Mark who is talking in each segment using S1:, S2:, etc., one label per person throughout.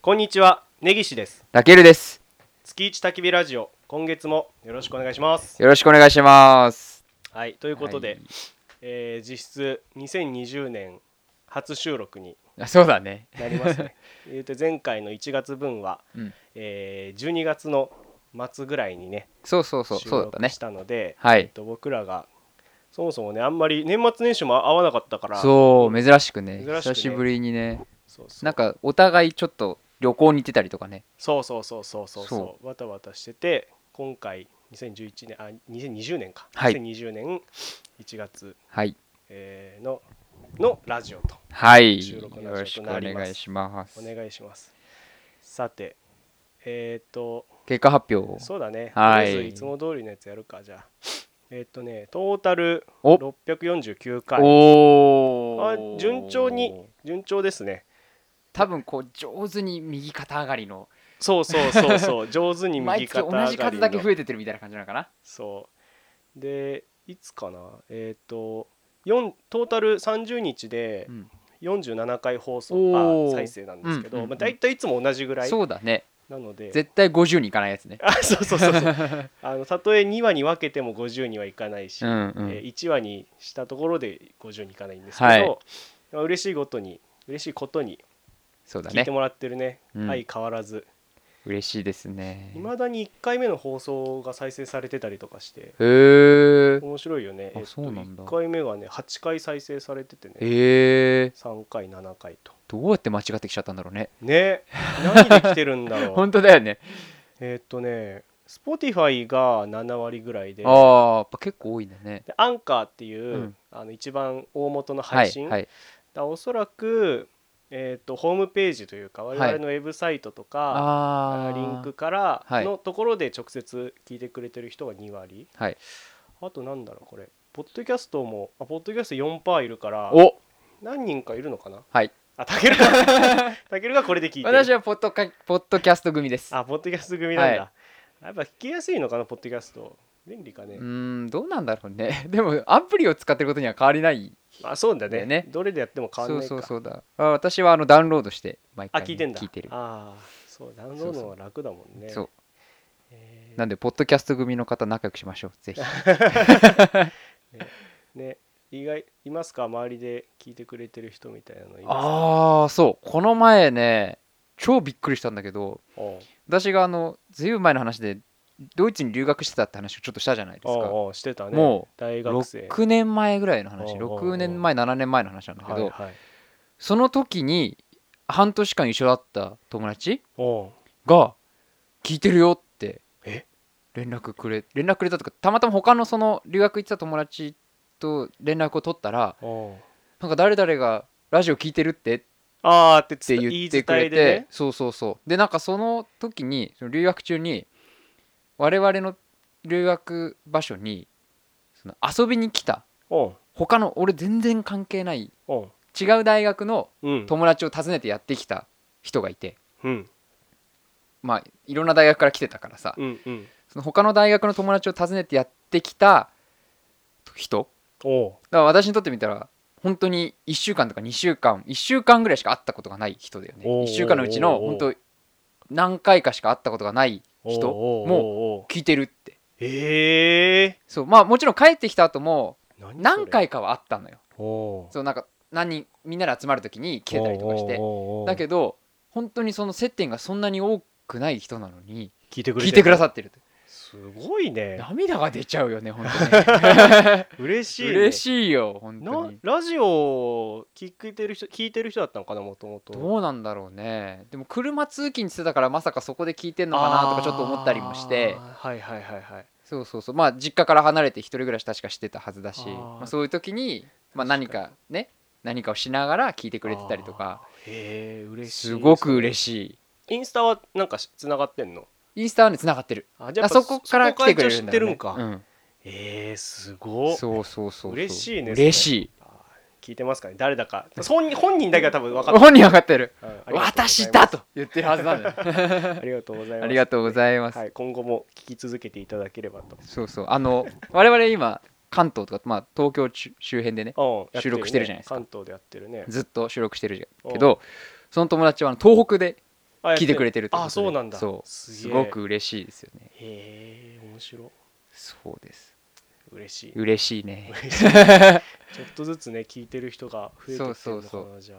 S1: こんにちは、根岸です。
S2: ラケルです。
S1: 月一焚き火ラジオ、今月もよろしくお願いします。
S2: よろしくお願いします。
S1: はい、ということで、
S2: はい
S1: えー実質2020年初収録に
S2: あそうだね。
S1: なります ね。言うて前回の1月分は、
S2: うん
S1: えー12月の末ぐらいにね、
S2: そうそうそう、
S1: 収
S2: そうだった
S1: 録
S2: ね
S1: し。たので、
S2: は
S1: え
S2: い
S1: っ。と僕らがそもそもね、あんまり年末年始も会わなかったから、
S2: そう、珍しく
S1: 珍
S2: ね。
S1: しくね
S2: 久しぶりにね。
S1: そうそう
S2: なんか、お互いちょっと旅行に行ってたりとかね。
S1: そうそうそうそうそう
S2: そ
S1: そうバタバタしてて今回2011年あ2020年か、
S2: はい
S1: 2020年1月、
S2: はい。
S1: えーののラジオと
S2: はい。
S1: 収
S2: よ
S1: 録の
S2: ろしくお願いします
S1: お。願いしますさてえっ、と
S2: 結果発表。
S1: そうだね、
S2: はい
S1: とりあえずいつも通りのやつやるかじゃあえっ、とねトータル
S2: お
S1: 649回
S2: おー
S1: あ順調に順調ですね
S2: 多分こう上手に右肩上がりの
S1: そうそうそう そう上手に右
S2: 毎月
S1: 肩
S2: 同
S1: 上がりの
S2: じ数だけ増えてってるみたいな感じなのかな
S1: そうでいつかなえっ、と4トータル30日で
S2: うん
S1: 47回放送
S2: お
S1: あ
S2: ー
S1: 再生なんですけど、
S2: うんうんうん
S1: まあ、大体いつも同じぐらい
S2: そうだね
S1: なので
S2: 絶対50にいかないやつね
S1: あそうそうそうそうあのたとえ2話に分けても50にはいかないし、
S2: うんう
S1: え
S2: ん
S1: 1話にしたところで50にいかないんですけど、
S2: はい
S1: まあ、嬉しいことに嬉しいことに
S2: そうだ
S1: 聞い
S2: ね
S1: てもらってるね
S2: うん
S1: 相変わらず
S2: 嬉しいですね
S1: いまだに1回目の放送が再生されてたりとかして
S2: へえ
S1: 面白いよね
S2: あそうなんだ
S1: 1回目がね8回再生されててね
S2: えー、
S1: 3回7回と
S2: どうやって間違ってきちゃったんだろうね
S1: ね何で来てるんだ ろう
S2: 本当だよね
S1: えーっとね Spotify が7割ぐらいで
S2: ああやっぱ結構多いんだね
S1: でアンカーっていう、
S2: うん
S1: あの一番大元の
S2: は
S1: 配
S2: い
S1: 信、
S2: はい
S1: だおそらく、えーっとホームページというか我
S2: い
S1: 々のウェブサイトとか、
S2: ああ
S1: リンクから
S2: はい
S1: のところで直接聞いてくれてる人が2割、
S2: はい
S1: あとなんだろうこれポッドキャストもあポッドキャスト4パーいるから
S2: お
S1: 何人かいるのかな
S2: はい
S1: あたける がたけるがこれで聞いてる
S2: 私はポッドカポッドキャスト組ですう
S1: あ、ポッドキャスト組なんだ。
S2: は
S1: やっぱ聞きやすいのかな、ポッドキャスト。便利かね。
S2: ーんどうなんだろうね でもアプリを使ってることには変わりない
S1: あ、そうだね
S2: だよね
S1: どれでやっても変わん
S2: そ
S1: な
S2: う
S1: いか。
S2: そうそうだあ私はあのダウンロードして毎
S1: あ、
S2: 回
S1: 聞い
S2: ね
S1: てんだ。
S2: 聞いてる
S1: ああ、そう、ダウンロードの方が楽だもんね。
S2: そう
S1: えー
S2: なんでポッドキャスト組の方仲良くしましょうぜひ
S1: ね、意外、いますか、周りで聞いてくれてる人みたいなのいますか。
S2: ああそうこの前ね超びっくりしたんだけど
S1: おう
S2: 私があのずいぶん前の話でドイツに留学してたって話をちょっとしたじゃないです
S1: おう
S2: か
S1: おうしてたね。
S2: も
S1: う、大学生。
S2: 6年前ぐらいの話
S1: おうおうおう
S2: 6年前7年前の話なんだけ
S1: はい
S2: ど
S1: はい。
S2: その時に半年間一緒だった友達
S1: おう
S2: が「聞いてるよ」って
S1: え
S2: 連絡くれ連絡くれたとかたまたま他のその留学行ってた友達と連絡を取ったら
S1: おう
S2: なんか誰々がラジオ聞いてるってっ
S1: ああって
S2: て
S1: つ
S2: 言ってく
S1: 言い伝
S2: れ
S1: えで
S2: て
S1: ね
S2: そうそうそうでなんかその時にその留学中に我々の留学場所にその遊びに来た
S1: おう
S2: 他の俺全然関係ない
S1: おう
S2: 違う大学の
S1: うん。
S2: 友達を訪ねてやってきた人がいて
S1: うん。
S2: まあいろんな大学から来てたからさ
S1: うん。うん。
S2: その他の大学の友達を訪ねてやってきた人
S1: おう
S2: だから私にとってみたら本当に1週間とか2週間1週間ぐらいしか会ったことがない人だよね
S1: おうおうおう
S2: 1週間のうちの本当何回かしか会ったことがない人
S1: おうおうおう
S2: も
S1: おう
S2: 聞いてるって
S1: ええ
S2: そうまあもちろん帰ってきた後も
S1: ー。何それ
S2: 何回かは会ったのよ
S1: お
S2: そうなんか何人みんなで集まる時に来てたりとかしてだけ
S1: ど
S2: ど本当にその接点がそんなに多くない人なのに
S1: 聞いてくれ
S2: 聞いてくだ
S1: さ
S2: さってるって
S1: すごいね
S2: 涙が出ちゃうよね本当 に
S1: 嬉しいね
S2: 嬉しいよ本当
S1: な
S2: に
S1: ラジオを聞いてる人聞いてる人だったのかなもともと
S2: どうなんだろうねでも車通勤してたからまさかそこで聞いてんのかなとかちょっと思ったりもして
S1: はいはいはいはい
S2: そうそうそうまあ実家から離れて一人暮らし確かしてたはずだし
S1: あー
S2: まあ、そういう時に、まあ、
S1: 確
S2: 何
S1: かに
S2: かね何かをしながら聞いてくれてたりとか
S1: あーへえ嬉しい
S2: すごく
S1: し
S2: 嬉し
S1: いインスタはなんかつながってんの
S2: いインスタはねつながってる
S1: あじ
S2: あそこから来てくれ
S1: そこから一応
S2: るん
S1: 知っ
S2: だ
S1: て
S2: よ、
S1: る
S2: ね
S1: ん、か、
S2: うん
S1: えー、すごっ
S2: そうそうそうそう
S1: 嬉しいねそれ
S2: 嬉しい
S1: あー聞いてますかね誰だか本人本人だけは多分分かっ
S2: 本人上がってる
S1: た、うんありがとうございます
S2: 私だと言ってるはずなんだよ
S1: ありがとうございます
S2: ありがとうございます、
S1: はい、今後も聞き続けていただければと
S2: そうそうあの我々今関東とか、まあ、東京周周辺でね
S1: うん
S2: 収録してるじゃないですか
S1: やってるね関東でやってるね
S2: ずっと収録してるけどその友達はあの東北で
S1: あ
S2: 来てくれてるってこと
S1: あ
S2: で
S1: そうなんだ
S2: そう
S1: すげえ
S2: すごく嬉しいですよね
S1: へえ面白い
S2: そうです
S1: 嬉しい
S2: 嬉しいね
S1: 嬉しいちょっとずつね聞いてる人が増えてきてるのかな
S2: そうそう
S1: じゃあ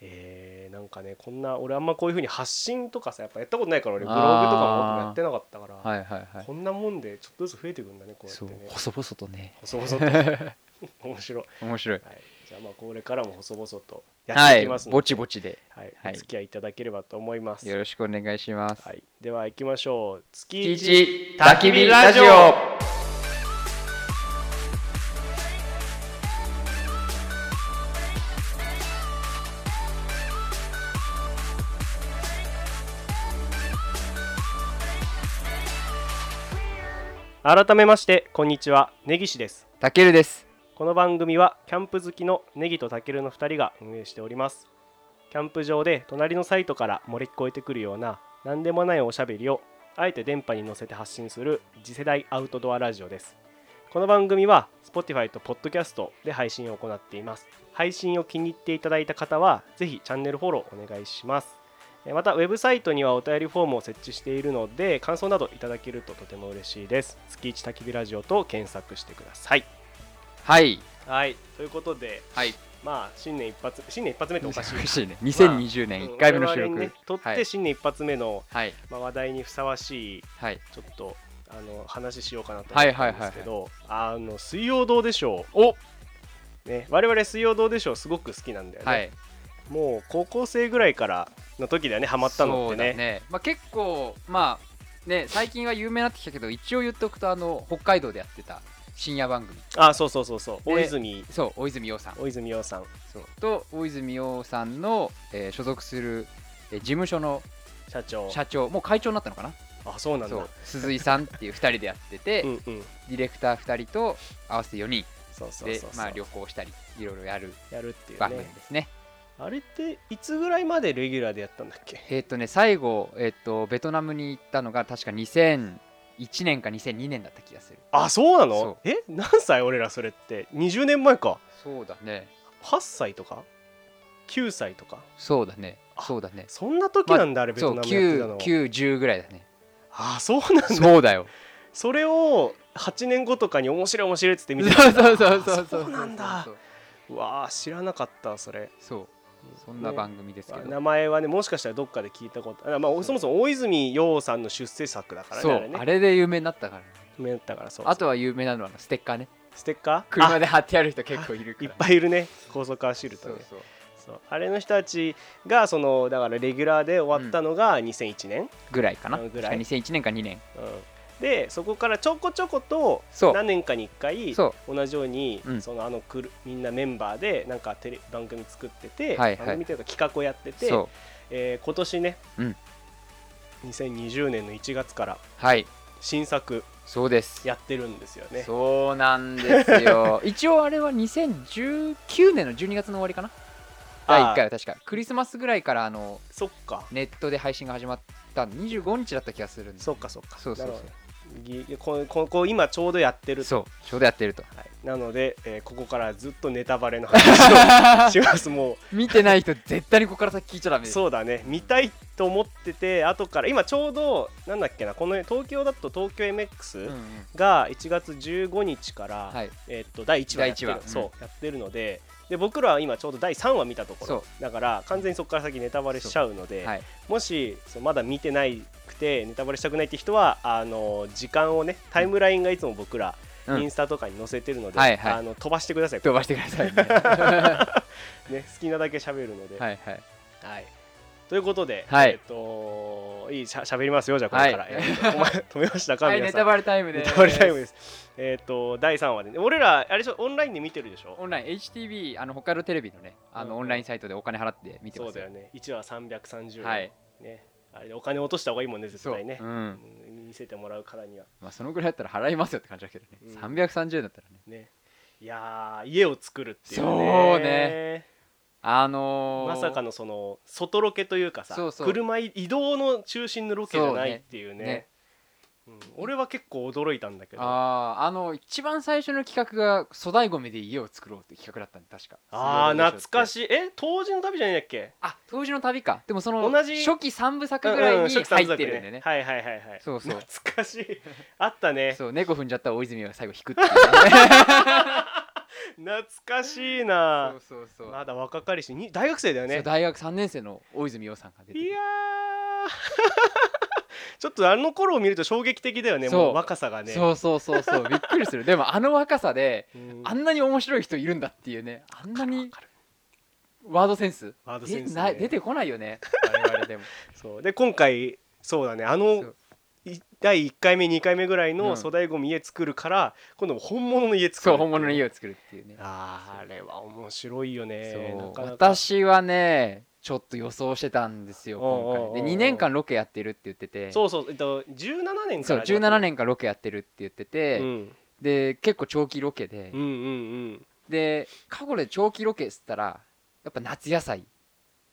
S1: えーなんかねこんな俺あんまこういうふうに発信とかさやっぱやったことないから俺ブログとかも僕もやってなかったから、
S2: はいはいはい
S1: こんなもんでちょっとずつ増えてくんだねこうやっ
S2: そう
S1: てね
S2: 細々とね
S1: 細々と 面白い、
S2: 面白い
S1: はい、じゃあまあこれからも細々とやっ
S2: は
S1: てい
S2: い
S1: きますの
S2: ぼ
S1: で、
S2: ちぼちで
S1: はい
S2: はい
S1: お付き合いいただければと思います、
S2: よろしくお願いします
S1: はい、では行きましょう月
S2: キイ
S1: 一
S2: チ焚き火ラジオ
S1: 改めましてこんにちは根岸です
S2: たけるです
S1: この番組はキャンプ好きのネギとタケルの2人が運営しておりますキャンプ場で隣のサイトから漏れ聞こえてくるような何でもないおしゃべりをあえて電波に乗せて発信する次世代アウトドアラジオですこの番組は Spotify と Podcast で配信を行っています配信を気に入っていただいた方はぜひチャンネルフォローお願いしますえーまたウェブサイトにはお便りフォームを設置しているので感想などいただけるととても嬉しいです月一焚き火ラジオと検索してください
S2: はい
S1: はい、ということで、
S2: はい
S1: まあ、新年一発、新年一発目っておか しい。
S2: 嬉しいね2020年1回目の収
S1: うん我々
S2: 録
S1: ね、撮っ
S2: は
S1: て
S2: い
S1: 新年一発目の、
S2: はい
S1: まあ、話題にふさわしい、
S2: はい
S1: ちょっと、あの、話しようかなと思ったんですけど、あの、水曜どうでしょ
S2: お
S1: う。ね、我々水曜どうでしょう、すごく好きなんだよね。
S2: はい
S1: もう、高校生ぐらいからの時だよね、ハマったのっ
S2: そ
S1: て
S2: うだ
S1: ね。
S2: ね、まあ、結構まあね最近は有名になってきたけど一応言っておくとあの北海道でやってた深夜番組
S1: あ、そうそうそうそう、
S2: で
S1: 大泉、
S2: そう大泉洋さん
S1: 大泉洋さん。
S2: そうと大泉洋さんの、えー所属する、えー事務所の
S1: 社長
S2: 社長もう会長になったのかな
S1: あそうなんだ
S2: そう鈴井さんっていう2人でやってて、
S1: うんうん
S2: ディレクター2人と合わせて4人
S1: そうそう
S2: で
S1: そうそう
S2: まあ、旅行したりいろいろやる
S1: やるっていう
S2: 番組で
S1: ね
S2: すね
S1: あれっていつぐらいまでレギュラーでやったんだっけ
S2: えっ、とね最後、えっとベトナムに行ったのが確か2001年か2002年だった気がする
S1: あそうな
S2: そ
S1: のえ何歳俺らそれって20年前か
S2: そうだね
S1: 8歳とか9歳とか
S2: そうだね
S1: あ。
S2: そうだね。
S1: そんな時なんだあれベ
S2: そ
S1: ト
S2: う、
S1: ナムやってたの
S2: 9、9、10ぐらいだね。
S1: あ そうなんだ
S2: そうだよ。
S1: それを8年後とかに面白い面白いっつって見
S2: そ
S1: て
S2: う
S1: たんだ
S2: そうそうそう。
S1: あそうなんだ。うわあ知らなかったそれ
S2: そう、そんな番組ですけ
S1: ね名
S2: ど。
S1: 前はねもしかしたらどっかで聞いたことあま
S2: そ
S1: あ
S2: う
S1: そもそも大泉洋さんの出世作だからね
S2: そ
S1: あれ
S2: う、
S1: ね
S2: あれで有名になったからね。
S1: 夢だったからそう
S2: あとは有名なのはあのステッカーね。
S1: ステッカー
S2: 車
S1: あ
S2: で貼ってある人結構いるか
S1: いっ
S2: らね。
S1: ぱいいるね高速走ると
S2: そ
S1: ね
S2: うそう。
S1: そうあれの人たちがそのだからレギュラーで終わったのが2001年、
S2: ぐらいかな。
S1: うん
S2: 確
S1: ぐ
S2: から
S1: い
S2: 2001年か2年。
S1: うんでそこからちょこちょこと
S2: そう
S1: 何年かに1回
S2: そ
S1: 同じように
S2: うん
S1: そのあのくるみんなメンバーでなんかテレ番組作ってて、
S2: はいはい
S1: 番組というか企画をやってて、
S2: そ
S1: えー今年ね、
S2: うん
S1: 2020年の1月から
S2: う。はい。
S1: 新作
S2: そうです。
S1: やってるんですよね。
S2: そうなんで すよ一応あれは2019年の12月の終わりかな第1回は確かクリスマスぐらいからあの
S1: そっか
S2: ネットで配信が始まった25日だった気がするんで
S1: そっかそっか
S2: そうそう
S1: な
S2: そ
S1: る
S2: う
S1: ほどぎこここ今ちょうどやってると
S2: そうちょうどやってると
S1: はい、なので、えーここからずっとネタバレの話をしますも
S2: 見てない人絶対にここから先聞いちゃダメ
S1: う
S2: です
S1: そうだね見たいと思ってて後から今ちょうどなんだっけなこの東京だと東京
S2: うん
S1: MX
S2: うん
S1: が1月15日から、
S2: はい
S1: えーっと第1話やってる
S2: 第一話
S1: そう、やってるのでで僕らは今ちょうど第3話見たとこ
S2: そ
S1: ろ
S2: う
S1: だから完全にそこから先ネタバレしちゃうので
S2: はい
S1: もしそうまだ見てないくてネタバレしたくないって人はあの時間をねタイムラインがいつも僕ら、
S2: うん
S1: インスタとかに載せてるので、
S2: はいはい
S1: あの飛ばしてください
S2: 飛ばしてください ねは
S1: ね、好きなだけ喋るので、
S2: い
S1: はい
S2: はい
S1: ということで、
S2: はい
S1: えっ、といいしゃ喋りますよじゃあこれから、
S2: はい
S1: えー とお前止めましたか、
S2: はい
S1: 皆
S2: ネ
S1: さ
S2: タ
S1: ん
S2: バレタイムです
S1: ネタバレタイムですえっ、と第3話で、ね、俺らあれでしょオンラインで見てるでしょ
S2: オンライン HTV あの北海道テレビのねあ
S1: うん
S2: のオンラインサイトでお金払って見てま
S1: そう
S2: す
S1: だよね1話330円、
S2: はい
S1: ね、あれでお金落とした方がいいもんね絶
S2: そう
S1: 対ね
S2: う、ん
S1: うん見せてもらうからには
S2: まあそのぐらいだったら払いますよって感じだけどね
S1: うん
S2: 330円だったらね
S1: ねいやー家を作るっていうね
S2: そうねあのー
S1: まさかのその外ロケというかさ
S2: そうそう
S1: 車移動の中心のロケじゃないっていうね
S2: ね
S1: うん俺は結構驚いたんだけどあ
S2: あああの一番最初の企画が粗大ごみで家を作ろうって企画だったんで確か
S1: あー懐か
S2: い
S1: しいえ当時の旅じゃないんだっけ
S2: あ当時の旅かでもその
S1: 同
S2: 初
S1: じ
S2: 期3部作ぐらいに入
S1: 初期三部
S2: っ
S1: 作
S2: てるんでね
S1: はいはいはいはい
S2: そうそう
S1: 懐かしい あったね
S2: そう猫踏んじゃったら大泉は最後引くっ ていうね
S1: 懐かしい
S2: そ
S1: な
S2: うそうそう,、
S1: まだ若かりしに大学生だよ
S2: そ
S1: ね
S2: う大学3年生の大泉洋さんが出て
S1: いやー ちょっとあの頃を見ると衝撃的だよね
S2: そう
S1: もう若さがね
S2: そうそうそうそうびっくりするでもあの若さで
S1: うん
S2: あんなに面白い人いるんだっていうねあんなにワードセンス
S1: ワードセンスね
S2: えない出てこないよね我々でも
S1: そうで今回そうだねあの
S2: そう
S1: い第1回目2回目ぐらいうの
S2: ん
S1: 粗大ごみ家作るから、今度本物の家作る
S2: そう本物の家を作るっていうね
S1: あーあれは面白いよね
S2: そう
S1: なかなか
S2: 私はねちょっと予想してたんですよ
S1: おうおうおうおう
S2: 今回で2年間ロケやってるって言ってて
S1: そうそう、えっと、17年か
S2: そう
S1: ら
S2: 17年間ロケやってるって言ってて、
S1: うん、
S2: で結構長期ロケで、
S1: うんうんうん
S2: で過去で長期ロケっつったらやっぱ夏野菜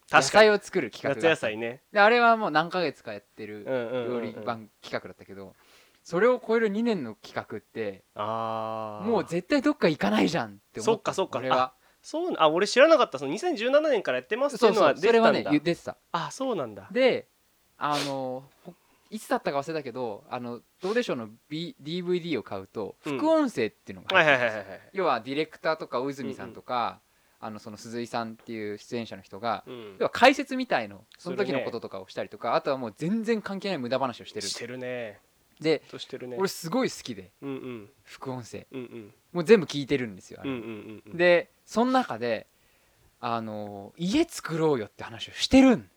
S2: 野
S1: 確かに
S2: 菜を作る企画
S1: 夏
S2: があ
S1: 野
S2: った
S1: 菜ね
S2: であれはもう何ヶ月かやってる
S1: うんうんうんう
S2: 料
S1: ん
S2: 理番企画だったけど、それを超える2年の企画って
S1: ああ
S2: もう絶対どっか行かないじゃんって思
S1: そっかそっか
S2: 俺は
S1: そうあ俺知らなかったその2017年からやってますってい
S2: そう
S1: うの
S2: そ
S1: は
S2: う
S1: 出
S2: そ
S1: て
S2: れ
S1: た
S2: は
S1: ん
S2: ね
S1: だ
S2: 言ってた
S1: あそうなんだ
S2: であのほいつだったか忘れたけどあのどうでしょうの、B、DVD を買うと
S1: うん
S2: 副音声っていうのが
S1: は
S2: 入
S1: いは
S2: って
S1: いはい
S2: るん
S1: はい
S2: です
S1: は
S2: よ
S1: い
S2: 要はディレクターとか大泉さんとか、あのその鈴井さんっていう出演者の人が、
S1: うん
S2: 要は解説みたいのその
S1: す
S2: 時
S1: る
S2: の
S1: ね
S2: こととかをしたりとか、あとはもう全然関係ない無駄話をしてる
S1: してるね
S2: で、
S1: としてるね
S2: 俺すごい好きで
S1: うんうん
S2: 副音声
S1: うんうん
S2: もう全部聞いてるんですよ
S1: う
S2: あ
S1: んう
S2: れ、
S1: んうん
S2: でその中であの家作ろうよって話をしてるん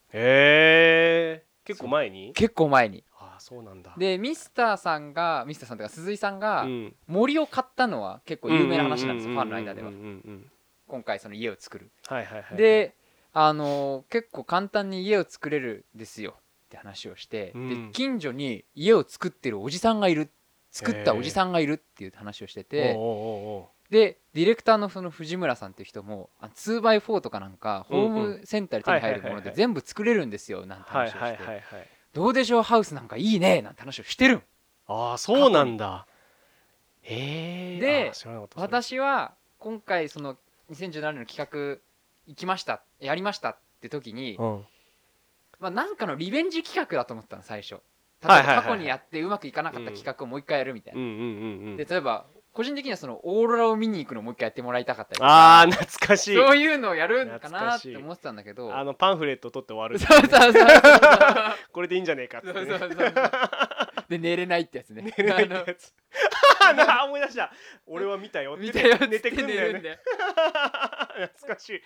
S1: へえ結構前に
S2: 結構前に
S1: ああそうなんだ
S2: でミスターさんがミスターさんというか鈴井さんが
S1: うん
S2: 森を買ったのは結構有名な話なんです
S1: う
S2: よ
S1: う
S2: ファンの間では
S1: うんうんうん
S2: 今回その家を作る
S1: はいはいはい
S2: であのー結構簡単に家を作れるんですよって話をして
S1: う
S2: で
S1: ん
S2: 近所に家を作ってるおじさんがいる作ったおじさんがいるっていう話をして
S1: おう
S2: て
S1: おうおう
S2: でディレクターのその藤村さんっていう人もあ 2x4 とかなんかホームセンターで手に入るもの
S1: はいはいはい
S2: で
S1: はい
S2: 全部作れるんですよなんて
S1: はい
S2: 話を
S1: はい
S2: し
S1: はいは
S2: て
S1: い
S2: どうでしょうハウスなんかいいねなんて話をしてるん
S1: ああそうなんだへえ
S2: で
S1: あ知らなかった
S2: 私は今回その2017年の企画行きましたやりましたって時に、
S1: うん
S2: まあ、なんかのリベンジ企画だと思ったの最初
S1: は
S2: 例
S1: い
S2: え
S1: はいはい
S2: ば過去にやってうまくいかなかった企画をもう一回やるみたいな、
S1: うんうんうんうん
S2: で例えば個人的にはそのオーロラを見に行くのをもう一回やってもらいたかったりとか
S1: ああ懐かしい
S2: そういうのをやるのか
S1: 懐
S2: な
S1: か
S2: っ
S1: しい
S2: て思ってたんだけど
S1: あのパンフレット取って終わる
S2: そうそうそうそう
S1: これでいいんじゃねえかって
S2: そう
S1: ね
S2: そうそうそうで寝れないってやつね
S1: 寝ないって
S2: あの
S1: やつな あ思い出した俺は見たよ
S2: 見たよっつって
S1: 寝てくんだよ
S2: 寝る
S1: ね
S2: んだよ
S1: 懐かしい懐かし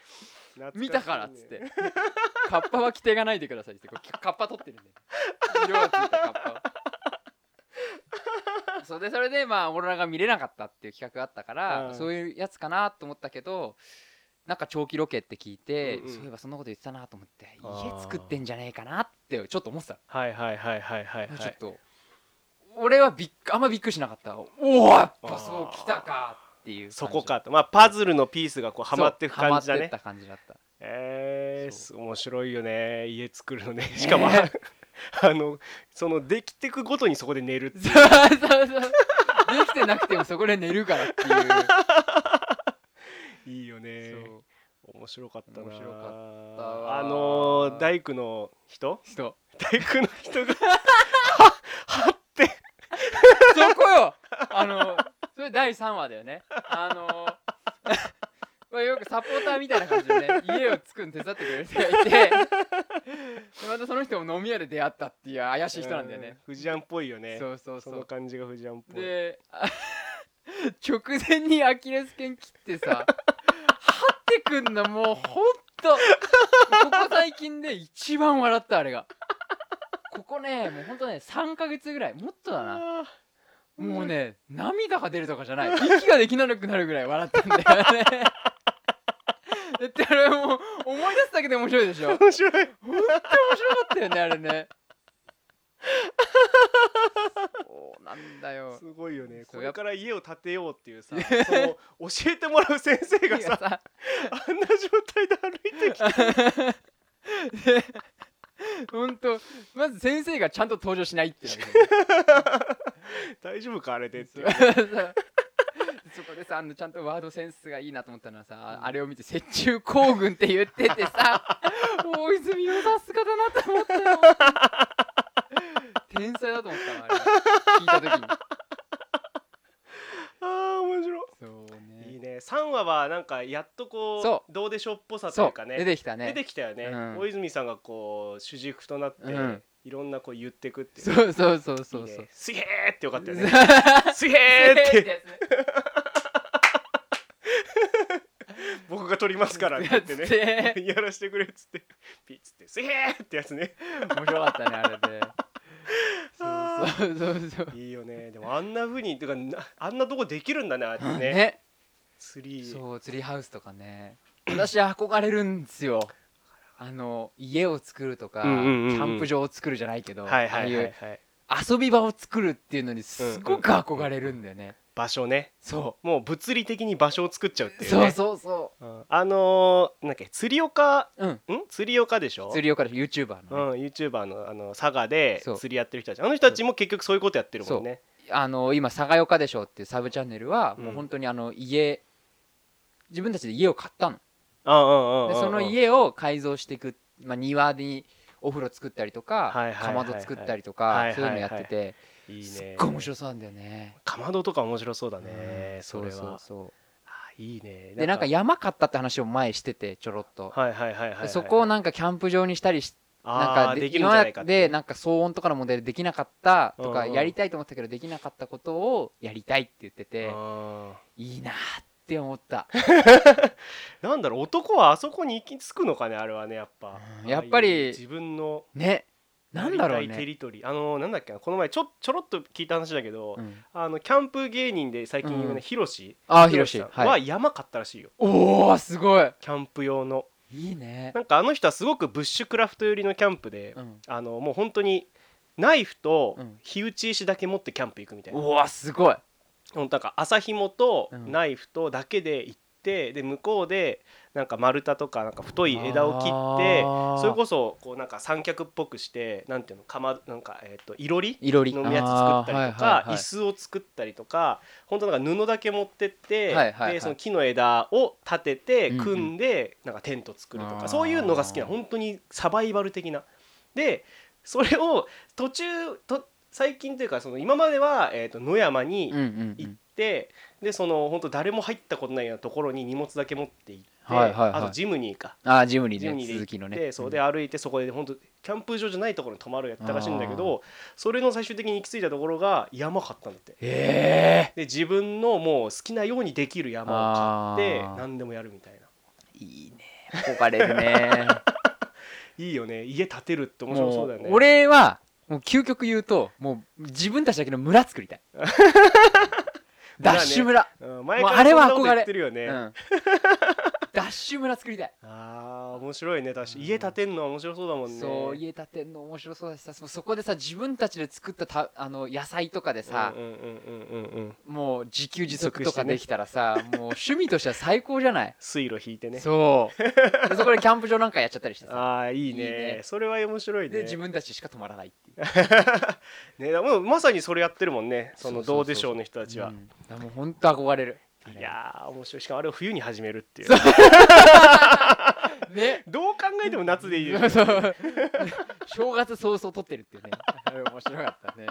S1: いね
S2: 見たからっつって「カッパは着てがないでください」ってこうカッパ取ってるんで色がついたカッパをそうでそれでまあオーロラが見れなかったっていう企画があったから、
S1: うん
S2: そういうやつかなと思ったけどなんか長期ロケって聞いて、
S1: うんうん
S2: そういえばそんなこと言ってたなと思って
S1: あー
S2: 家作ってんじゃねえかなってちょっと思ってた、
S1: はいはいはいはいはいは
S2: ちょっ
S1: い
S2: と俺はびっあんまびっくりしなかったおおやっ
S1: あー
S2: ぱそうきたかっていう感じ
S1: そこかとまあパズルのピースがこうはまっていく
S2: そう
S1: 感じだ
S2: はま
S1: ね
S2: ってった感じだった
S1: えーす、面白いよね家作るのね
S2: え
S1: しかも、 あのそのできてくごとにそこで寝るっていう
S2: そうそうそう。できてなくてもそこで寝るからっていう。
S1: いいよね
S2: そう
S1: 面白かったな
S2: 面白かった
S1: あ
S2: わ
S1: のー大工の 人
S2: 人。
S1: 大工の人がはって
S2: そこよ。あの、それ第3話だよね。あの。まあよくサポーターみたいな感じでね家を作るの手伝ってくれる人がいてでまたその人も飲み屋で出会ったっていう怪しい人なんだよ
S1: うん
S2: ね。
S1: フジアンっぽいよね
S2: そうそう
S1: そ
S2: そ
S1: の
S2: う。
S1: 感じがフジアンっぽい
S2: であ 直前にアキレス腱切ってさはってくんのもうほんとここ最近で一番笑ったあれがここねもうほんとね3ヶ月ぐらいもっとだな
S1: あー
S2: もうね涙が出るとかじゃない息ができなくなるぐらい笑ったんだよね だってあれもう思い出すだけで面白いでしょ
S1: 面白い
S2: 本当に面白かったよねあれ ねそうなんだよ
S1: すごいよね
S2: そう
S1: こ
S2: や
S1: れ
S2: っ
S1: から家を建てようっていうさその教えてもらう先生がさ
S2: さ
S1: あんな状態で歩いてきて
S2: でほんとまず先生がちゃんと登場しないっていうの
S1: 大丈夫かあれでっていう
S2: がそうそこでさあのちゃんとワードセンスがいいなと思ったのはさ、
S1: うん
S2: あれを見て「折衷行軍」って言っててさ大泉洋さすがだなと思ったよ天才だと思ったわあれ聞いた時に
S1: あー面白い
S2: そうね
S1: いいね3話はなんかやっとこ
S2: そう
S1: どうでしょうっぽさと
S2: そ
S1: いう
S2: う
S1: かね
S2: 出てきたね
S1: 出てきたよね、
S2: うん
S1: 大泉さんがこう主軸となって、
S2: うん
S1: いろんなこう言ってくっていう
S2: そうそうそうそう
S1: いい
S2: そう
S1: ねすげーってよ かったよね
S2: ね
S1: すげーって 僕が撮りますからって言ってね やらしてくれっつってピッつってすげーってやつね
S2: 面白かったねあれで
S1: あー
S2: そうそうそうそう
S1: いいよねでもあんな風にてかなあんなとこできるんだねあれねね
S2: ね
S1: ツリー
S2: そうツリーハウスとかね 私憧れるんですよあの家を作るとか、
S1: うんうんうんうん
S2: キャンプ場を作るじゃないけど、
S1: はいはいはい
S2: あ
S1: はい
S2: あいう遊び場を作るっていうのにすごく憧れるんだよね、
S1: 場所ね
S2: そ
S1: もう物理的に場所を作っちゃうっ
S2: う
S1: ていう
S2: そう
S1: ね
S2: そうそ
S1: うんあのーなんだっけ釣り岡
S2: ううん
S1: ん釣り岡でしょ
S2: 釣り岡で YouTuber
S1: う
S2: のね、
S1: ん、YouTuber のあの佐賀で
S2: そう
S1: 釣りやってる人たちあの人たちも結局そういうことやってるもんね
S2: あの今「佐賀よかでしょ」っていうサブチャンネルは、
S1: うん
S2: もう本当にあの家自分たちで家を買ったの
S1: あうんうんうんうん
S2: でその家を改造していく、まあ、庭にお風呂作ったりとか、
S1: はいはいはいはい
S2: かまど作ったりとか、
S1: はいはいはい
S2: そういうのやってて、
S1: いいね
S2: すっごい面白そうなんだよね。
S1: かまどとか面白そうだね、
S2: うん
S1: それは
S2: うそうそ
S1: あいいね
S2: うでなんか山買ったって話を前しててちょろっと、
S1: はいはいはいはいはい
S2: でそこをなんかキャンプ場にしたりしなん
S1: あ
S2: か
S1: ー
S2: で
S1: できるんじゃないかっ
S2: 今ま
S1: て
S2: でなんか騒音とかの問題でできなかったとか、
S1: うんうん
S2: やりたいと思ったけどできなかったことをやりたいって言ってて、
S1: あ
S2: いいなーって思った、
S1: ーなんだろう男はあそこに行き着くのかねあれはねやっぱ、
S2: うんやっぱり
S1: ああいう自分の
S2: ねなんだ
S1: や
S2: ろう
S1: りたいテ
S2: ね、
S1: リトリーあのーなんだっけなこの前ちょちょろっと聞いた話だけど、
S2: うん、
S1: あのキャンプ芸人で最近有名
S2: うん
S1: なヒロシ
S2: ああひろし
S1: ヒロシさんは
S2: はい
S1: 山買ったらしいよ、
S2: おおすごい
S1: キャンプ用の
S2: いいね
S1: なんかあの人はすごくブッシュクラフト寄りのキャンプで、
S2: うん
S1: あのもう本当にナイフと
S2: うん
S1: 火打ち石だけ持ってキャンプ行くみたいな、
S2: うわすごい
S1: ほんとなんか朝紐と
S2: うん
S1: ナイフとだけで行ってで向こうでなんか丸太とかなんか太い枝を切って
S2: あー
S1: それこそこうなんか三脚っぽくしてなんていうのかまなんかえっ、といろり
S2: いろり
S1: のやつ作ったりと
S2: あー
S1: か
S2: はいはいはい
S1: 椅子を作ったりとか本当なんか布だけ持ってって
S2: はいはいはい
S1: でその木の枝を立てて
S2: うんうん
S1: 組んでなんかテント作ると
S2: あ
S1: か
S2: ー
S1: そういうのが好きな本当にサバイバル的な。でそれを途中と最近というかその今まではえーと野山に
S2: うんうんうん
S1: 行ってでその本当誰も入ったことないようなところに荷物だけ持って行って
S2: はいはいはい
S1: あとジムニーか
S2: あージムニ
S1: ジ
S2: ー
S1: ム
S2: ね
S1: ニー
S2: 続
S1: で
S2: き
S1: 行
S2: の
S1: っ
S2: ね
S1: てそうで
S2: ん
S1: 歩いてそこで本当キャンプ場じゃないところに泊まるやったらしいんだけどそれの最終的に行き着いたところが山買ったんだって
S2: え
S1: で自分のもう好きなようにできる山を買って
S2: あー
S1: 何でもやるみたいな
S2: えいいね憧れるね
S1: いいよね家建てる って面白そ
S2: も
S1: うだよ
S2: う
S1: ね
S2: 俺はもう究極言うともう自分たちだけの村作り たいダッシュ村、
S1: うん前
S2: も
S1: か
S2: う
S1: ら
S2: あれは
S1: そんなこと
S2: 憧れ
S1: 言ってるよね、
S2: うん ダッシュ村作りたい、
S1: あー面白いね確かに家建てるのは面白そうだもんね
S2: そう家建てんの面白そうだしさそそこでさ自分たちで作ったたあの野菜とかでさ
S1: う、んうんうんうんうんうん
S2: もう自給自足
S1: 自足
S2: と
S1: して
S2: か
S1: ね
S2: できたらさ、もう趣味としては最高じゃない
S1: 水路引い てね
S2: そう。でそこでキャンプ場なんかやっちゃったりしてさ。
S1: ああいいね
S2: いいね
S1: それは面白いね
S2: で、自分たちしか泊まらないっていう。
S1: ね、だもうまさにそれやってるもんねその「
S2: そ
S1: ど
S2: うそうそうそう
S1: うでしょう」の人たちは
S2: う。んだからもう本当憧れる。
S1: いやー面白いしかもあれを冬に始めるっていう
S2: あれね。
S1: どう考えても夏でいいよ
S2: そう正月早々撮ってるって いうね。あれ面白かったね。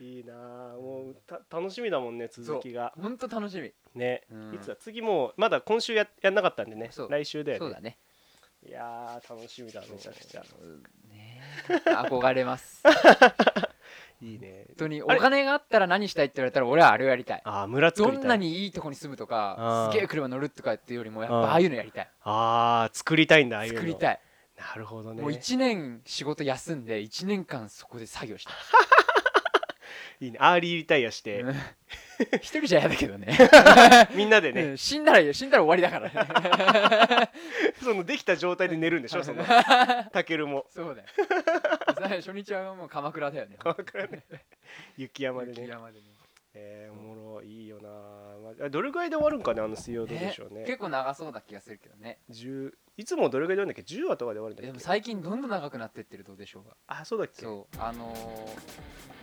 S1: いいなーもうた楽しみだもんね続きが
S2: 本当楽しみ。
S1: ね、
S2: うん
S1: いつだ次もうまだ今週ややんなかったんでね
S2: そう
S1: 来週だよ
S2: そう
S1: ね
S2: だね。
S1: いやー楽しみだめちゃくちゃ
S2: うんね憧 れます。本
S1: いいね
S2: 当にお
S1: あれ
S2: 金があったら何したいって言われたら俺はあれをやりたい。
S1: あー村作
S2: ど
S1: りたい
S2: んなにいいとこに住むと
S1: あ
S2: か
S1: ー
S2: すげえ車乗るとかっていうよりもやっ
S1: あー
S2: ぱああいうのやりたい
S1: あー作りたいんだああいうの
S2: 作りたい
S1: なるほどね
S2: もう1年仕事休んで1年間そこで作 業した
S1: いいねアーリーリタイアして
S2: うん一人じゃ嫌だけどね
S1: みんなで
S2: う
S1: ね
S2: ん死んだら死んだら終わりだからね
S1: そのできた状態で寝るんでし ょそのタケルも
S2: そうだよさ初日はもう鎌倉だよね
S1: 鎌倉ね雪山でね
S2: 雪山でね
S1: えー、おもろいいよなま感じあどれぐらいで終わるんかねあの水曜どうでしょうね
S2: 結構長そうな気がするけどね
S1: 10いつもどれぐらいで終わるんだっけ10話とかで終わるんだっけ
S2: でも最近どんどん長くなってってるどうでしょうが
S1: あそうだっけ
S2: そうあのー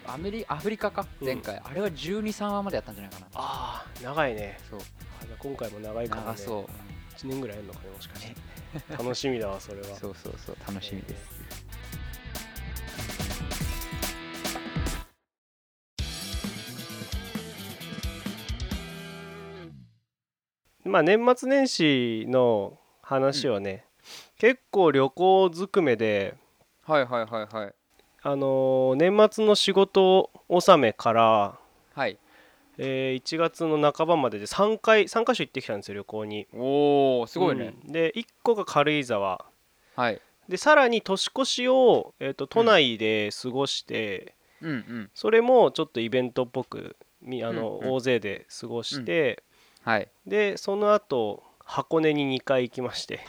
S2: アメリアフリカか
S1: うん
S2: 前回、あれは123話までやったんじゃないかな
S1: ああ長いね
S2: そう
S1: あじゃあ今回も長いから、ね、
S2: 長そう、
S1: 1年ぐらいやるのかねもしかして楽しみだわそれは
S2: そうそうそう楽しみです、
S1: まあ年末年始の話はね、結構旅行ずくめで
S2: はいはいはいはい
S1: あのー年末の仕事納めから、
S2: はい
S1: えー1月の半ばまでで3回3カ所行ってきたんですよ旅行に
S2: おおすごいね、
S1: うんで1個が軽井沢
S2: はい
S1: でさらに年越しを、えー、と都内で過ごして、
S2: うんうん
S1: それもちょっとイベントっぽくみあの、
S2: うんうん
S1: 大勢で過ごして、
S2: はい
S1: でその後箱根に2回行きまして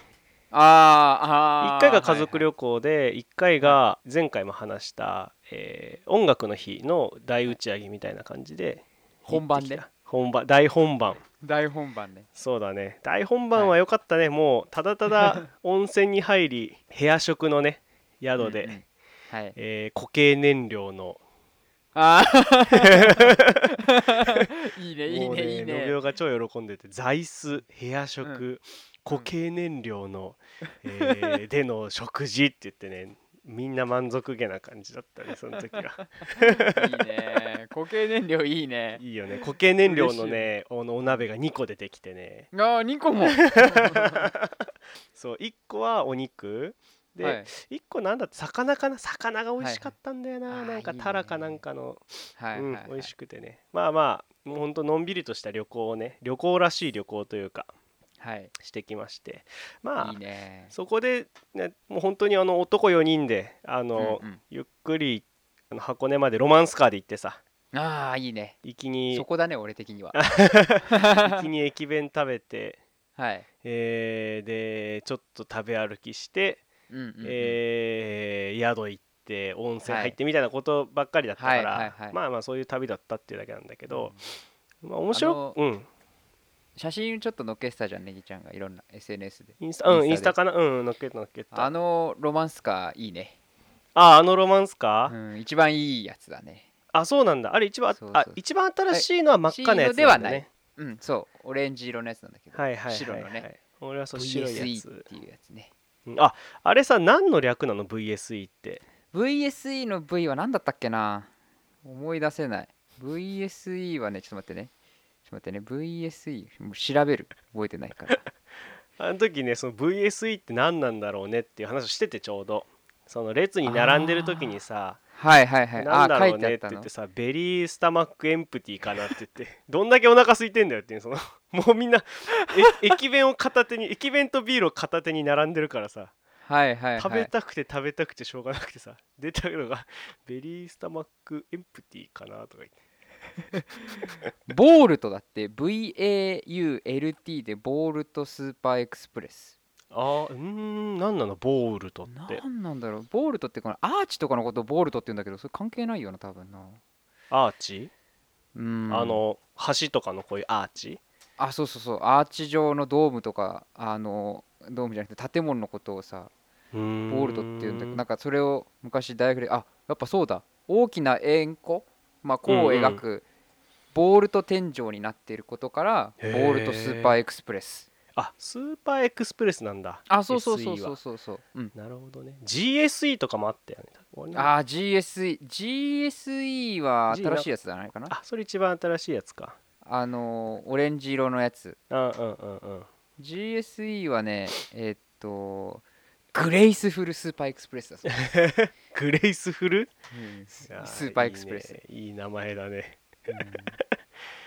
S2: あーあ
S1: 1回が家族
S2: 行、
S1: 旅行で1回が前回も話した、えー音楽の日の大打ち上げみたいな感じで
S2: 本番で
S1: 行ってきた本番大本番
S2: 大本番ね
S1: そうだね大本番は良かったね、もうただただ温泉に入り部屋食のね宿で、
S2: うんうんはい
S1: えー固形燃料の
S2: あーいいねいい
S1: もう
S2: ねいい
S1: の
S2: ね
S1: びおが超喜んでて座椅子部屋食、
S2: う
S1: 固形燃料の、 えーでの食事って言ってねみんな満足げな感じだったねその時 は
S2: いいね固形燃料い いね
S1: いいよね固形燃料の
S2: 嬉しい
S1: ねおのお鍋が2個出てきてね
S2: あー2個も
S1: そう1個はお肉で、
S2: はい
S1: 1個なんだって魚かな魚が美味しかったんだよな、
S2: はいはい
S1: なんか
S2: あーいいね
S1: タラかなんかの
S2: はい
S1: うん
S2: はいはい
S1: 美味しくてねまあまあもうほんとのんびりとした旅行をね旅行らしい旅行というか
S2: はい
S1: してきましてまあ
S2: いいね
S1: そこで、ね、もう本当にあの男4人であの、
S2: うんうん
S1: ゆっくりあの箱根までロマンスカーで行ってさ
S2: ああいいね
S1: 行きに
S2: そこ だね俺的に は
S1: 行きに駅弁食べて、
S2: はい
S1: えーでちょっと食べ歩きして、
S2: うんうんうん
S1: えー宿行って温泉入ってみたいなことばっかりだったから、
S2: はいはいはいはい
S1: まあまあそういう旅だったっていうだけなんだけど、
S2: うん
S1: まあ、面白くうん
S2: 写真ちょっと載っけてたじゃんねぎちゃんがいろんな SNS で
S1: インスタうんイ
S2: イ
S1: ン
S2: ン
S1: ス
S2: ス
S1: タ
S2: タ
S1: かなうん乗っけた乗っけた
S2: あ
S1: あ
S2: のロマンスカーいいね
S1: ああのロマンスカー、
S2: うん一番いいやつだね
S1: あそうなんだあれ一番あ
S2: そうそう
S1: あ一番新しいのは真っ赤なやつなんだね、
S2: えうんそうオレンジ色のやつなんだけど
S1: はいはいはいはい
S2: 白のね
S1: 俺はそう白いや
S2: VSE っ
S1: つ
S2: ていうやつね
S1: うんああれさ何の略なの VSE って
S2: VSE の V は何だったっけな思い出せない VSE はねちょっと待ってねちょっと待ってね VSE もう調べる覚えてないから
S1: あの時ねその VSE って何なんだろうねっていう話をしててちょうどその列に並んでる時にさ
S2: はいはいはい
S1: 何
S2: あ
S1: だ
S2: ー書
S1: ろ
S2: いうてあ
S1: ね
S2: っ
S1: って
S2: た
S1: 言っ
S2: の
S1: てさベリースタマックエンプティかなって言って どんだけお腹空いてんだよっていうその もうみんなえ駅弁を片手に駅弁とビールを片手に並んでるからさ
S2: はいはいはい
S1: 食べたくて食べたくてしょうがなくてさ出たのがベリースタマックエンプティかなとか言って
S2: ボールトだって VAULT でボールトスーパーエクスプレス
S1: あーうーん何なのボールトって
S2: 何なんだろうボールトってこのアーチとかのことをボールトって言うんだけどそれ関係ないよな多分な
S1: アーチ、
S2: うん
S1: あの橋とかのこういうアーチ
S2: あそうそうそうアーチ状のドームとかあのドームじゃなくて建物のことをさ
S1: ボ
S2: ボ
S1: ー
S2: ールトっていうんだけどなん
S1: か
S2: かそれを昔大学であやっぱそうだ大きな円弧まあ弧を描くボールト天井になっていることからボ
S1: へー
S2: ールトスーパーエクスプレス
S1: あスーパーエクスプレスなんだ
S2: あそうそうそう
S1: SE
S2: そう
S1: は
S2: そうそううん
S1: なるほどね GSE とかもあったよね俺ね
S2: ああ GSE GSE は
S1: G
S2: 新しいやつじゃないかな
S1: あそれ一番新しいやつか
S2: あのーオレンジ色のやつ
S1: うんうんうんうん
S2: GSE はねえーっとグレイスフルスーパーエクスプレス だそうです
S1: グレイスフル
S2: うんス
S1: いや
S2: スーパーエクスプレス
S1: いい,、ね、いい名前だね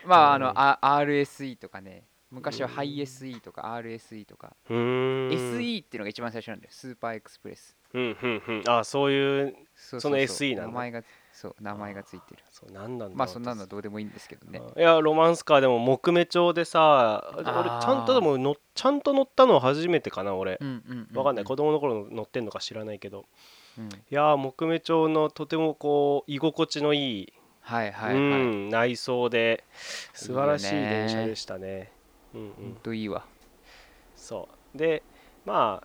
S2: まああ
S1: うん
S2: の、あ RSE とかね昔はハイ SE とか RSE とか、
S1: うーん
S2: SE っていうのが一番最初なんだよスーパーエクスプレス
S1: うんうんうんあそういう
S2: そう
S1: その SE なんだ
S2: 名前がそう名前がついてる
S1: そう何なんだろう
S2: まあそんなのどうでもいいんですけどね
S1: いやロマンスカーでも木目調でさ俺ち
S2: あー
S1: ゃんとでものちゃんと乗ったのは初めてかな俺、
S2: うんうんう
S1: わかんない
S2: こ
S1: 子供の頃乗ってんのか知らないけど
S2: うん
S1: いやー木目調のとてもこう居心地のいい
S2: はいはいはい、
S1: うん内装で素晴らしい
S2: いいよね
S1: 電車でしたねうんう
S2: ほん
S1: ん
S2: といいわ
S1: そうでま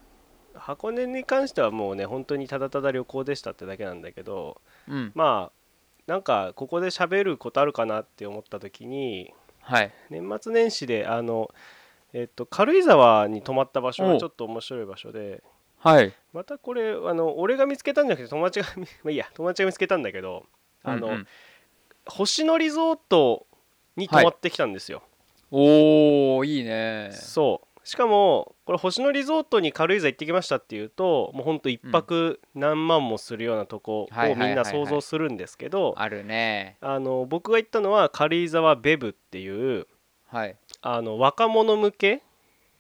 S1: あ箱根に関してはもうね本当にただただ旅行でしたってだけなんだけど
S2: うん
S1: まあなんかここで喋ることあるかなって思った時に
S2: はい
S1: 年末年始であのえっと軽井沢に泊まった場所がちょっと面白い場所で
S2: はい
S1: またこれあの俺が見つけたんじゃなくて友達が まあいいや友達が見つけたんだけどあの、
S2: うんうん
S1: 星野リゾートに泊まってきたんですよ、
S2: おーいいね
S1: そうしかもこれ星野リゾートに軽井沢行ってきましたっていうともうほんと1泊何万もするようなとこ
S2: はい
S1: を
S2: はいはいはい
S1: みんな想像するんですけど
S2: あるね
S1: あの僕が行ったのは軽井沢ベブっていう
S2: はい
S1: あの若者向け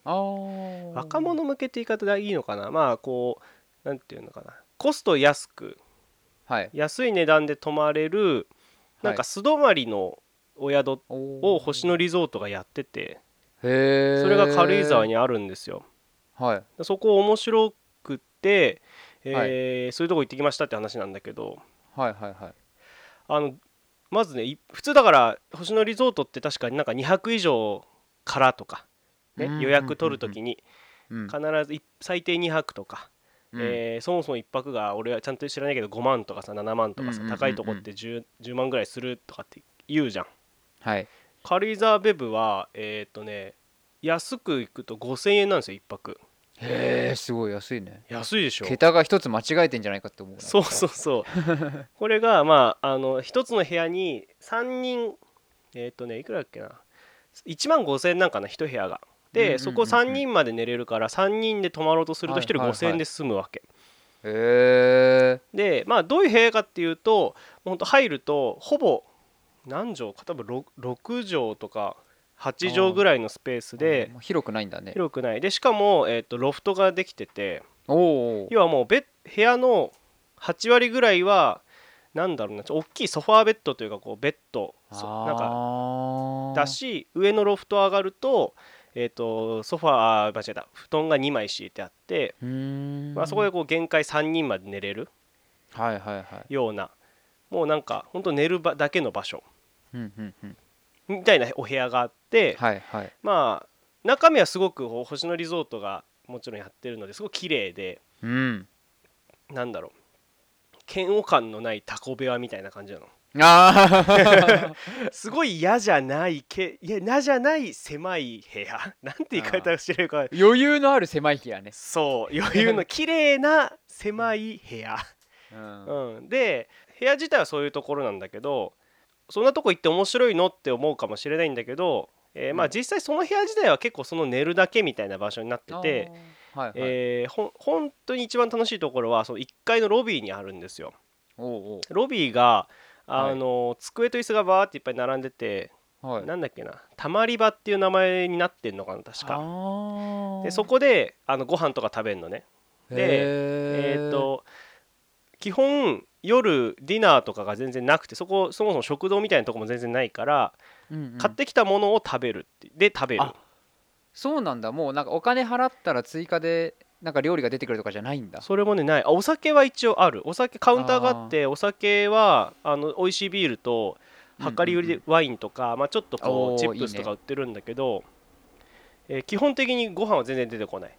S2: あー
S1: 若者向けって言い方でいいのかなまあこう何て言うのかなコスト安く
S2: はい
S1: 安い値段で泊まれるなんか素泊まりのお宿を
S2: を
S1: 星野リゾートがやってて
S2: へえ
S1: それが軽井沢にあるんですよ。
S2: はい
S1: そこ面白くって、えーそういうとこ行ってきましたって話なんだけど
S2: はいはいはい
S1: あのまずねい普通だから星野リゾートって確かになんか2泊以上からとか、ね
S2: うん
S1: 予約取るときに
S2: うん
S1: 必ずい最低2泊とか、
S2: うん
S1: えーそもそも1泊が俺はちゃんと知らないけど5万とかさ7万とかさ、
S2: うんうんうんうん
S1: 高いとこって 10, 10万ぐらいするとかって言うじゃん。
S2: はい
S1: 軽井沢ベブはえーっとね安く行くと5000円なんですよ1泊
S2: へえすごい安いね
S1: 安いでしょ
S2: 桁が一つ間違えてんじゃないかって思うな
S1: そうそうそうこれがまああの一つの部屋に3人えーっ、とねいくらだっけな1万5,000円なんかな1部屋が
S2: うんうんうん
S1: で
S2: うん
S1: そこ3人まで寝れるから3人で泊まろうとすると1人
S2: はいはいはい
S1: 5,000円で済むわけ、
S2: へえ
S1: でまあどういう部屋かっていうともうほんと入るとほぼ何畳か多分 6, 畳とか8畳ぐらいのスペースで
S2: あ広くないんだね
S1: 広くないでしかも、えーっとロフトができてて
S2: おお
S1: 要はもうベッ部屋の8割ぐらいはなんだろうなちょ大きいソファーベッドというかこうベッドそなんか
S2: か
S1: だし上のロフト上がると,、えー、とソファーあ間違えた布団が2枚敷いてあって、
S2: うーん
S1: まあ、そこでこう限界3人まで寝れる
S2: はいはいはい
S1: ようなもうなんかほんと寝る場だけの場所
S2: うんうんうん
S1: みたいなお部屋があって、
S2: はいはい
S1: まあ中身はすごくほ星野リゾートがもちろんやってるのですごく綺麗で
S2: うん
S1: なんだろう嫌悪感のないタコ部屋みたいな感じなの。
S2: あ あ
S1: すごい嫌じゃないけいや嫌じゃない狭い部屋 なんて言い方してるか
S2: 余裕のある狭い部屋ね
S1: そう余裕 の綺麗な狭い部屋、
S2: うん
S1: うん、で部屋自体はそういうところなんだけどそんなとこ行って面白いのって思うかもしれないんだけど、えーまあ
S2: うん
S1: 実際その部屋自体は結構その寝るだけみたいな場所になってて、
S2: あーはいはい、
S1: えーほん本当に一番楽しいところはその1階のロビーにあるんですよ。
S2: おう
S1: ロビーが
S2: はい
S1: あの、机と椅子がバーっていっぱい並んでて
S2: おうはい
S1: なんだっけなたまり場っていう名前になってんのかな確
S2: あ
S1: か
S2: ー
S1: でそこであのご飯とか食べるのねでえ
S2: へ
S1: っ、と基本夜ディナーとかが全然なくてそこそもそも食堂みたいなとこも全然ないから、
S2: うんうん
S1: 買ってきたものを食べるってで食べる
S2: あそうなんだもうなんかお金払ったら追加でなんか料理が出てくるとかじゃないんだ
S1: それもねないあお酒は一応あるお酒カウンターがあってお酒はあの美味しいビールと
S2: うんうんうん
S1: 量り売りでワインとか、まあ、ちょっとこ
S2: お
S1: う
S2: ー
S1: チップスとか売ってるんだけどえー基本的にご飯は全然出てこない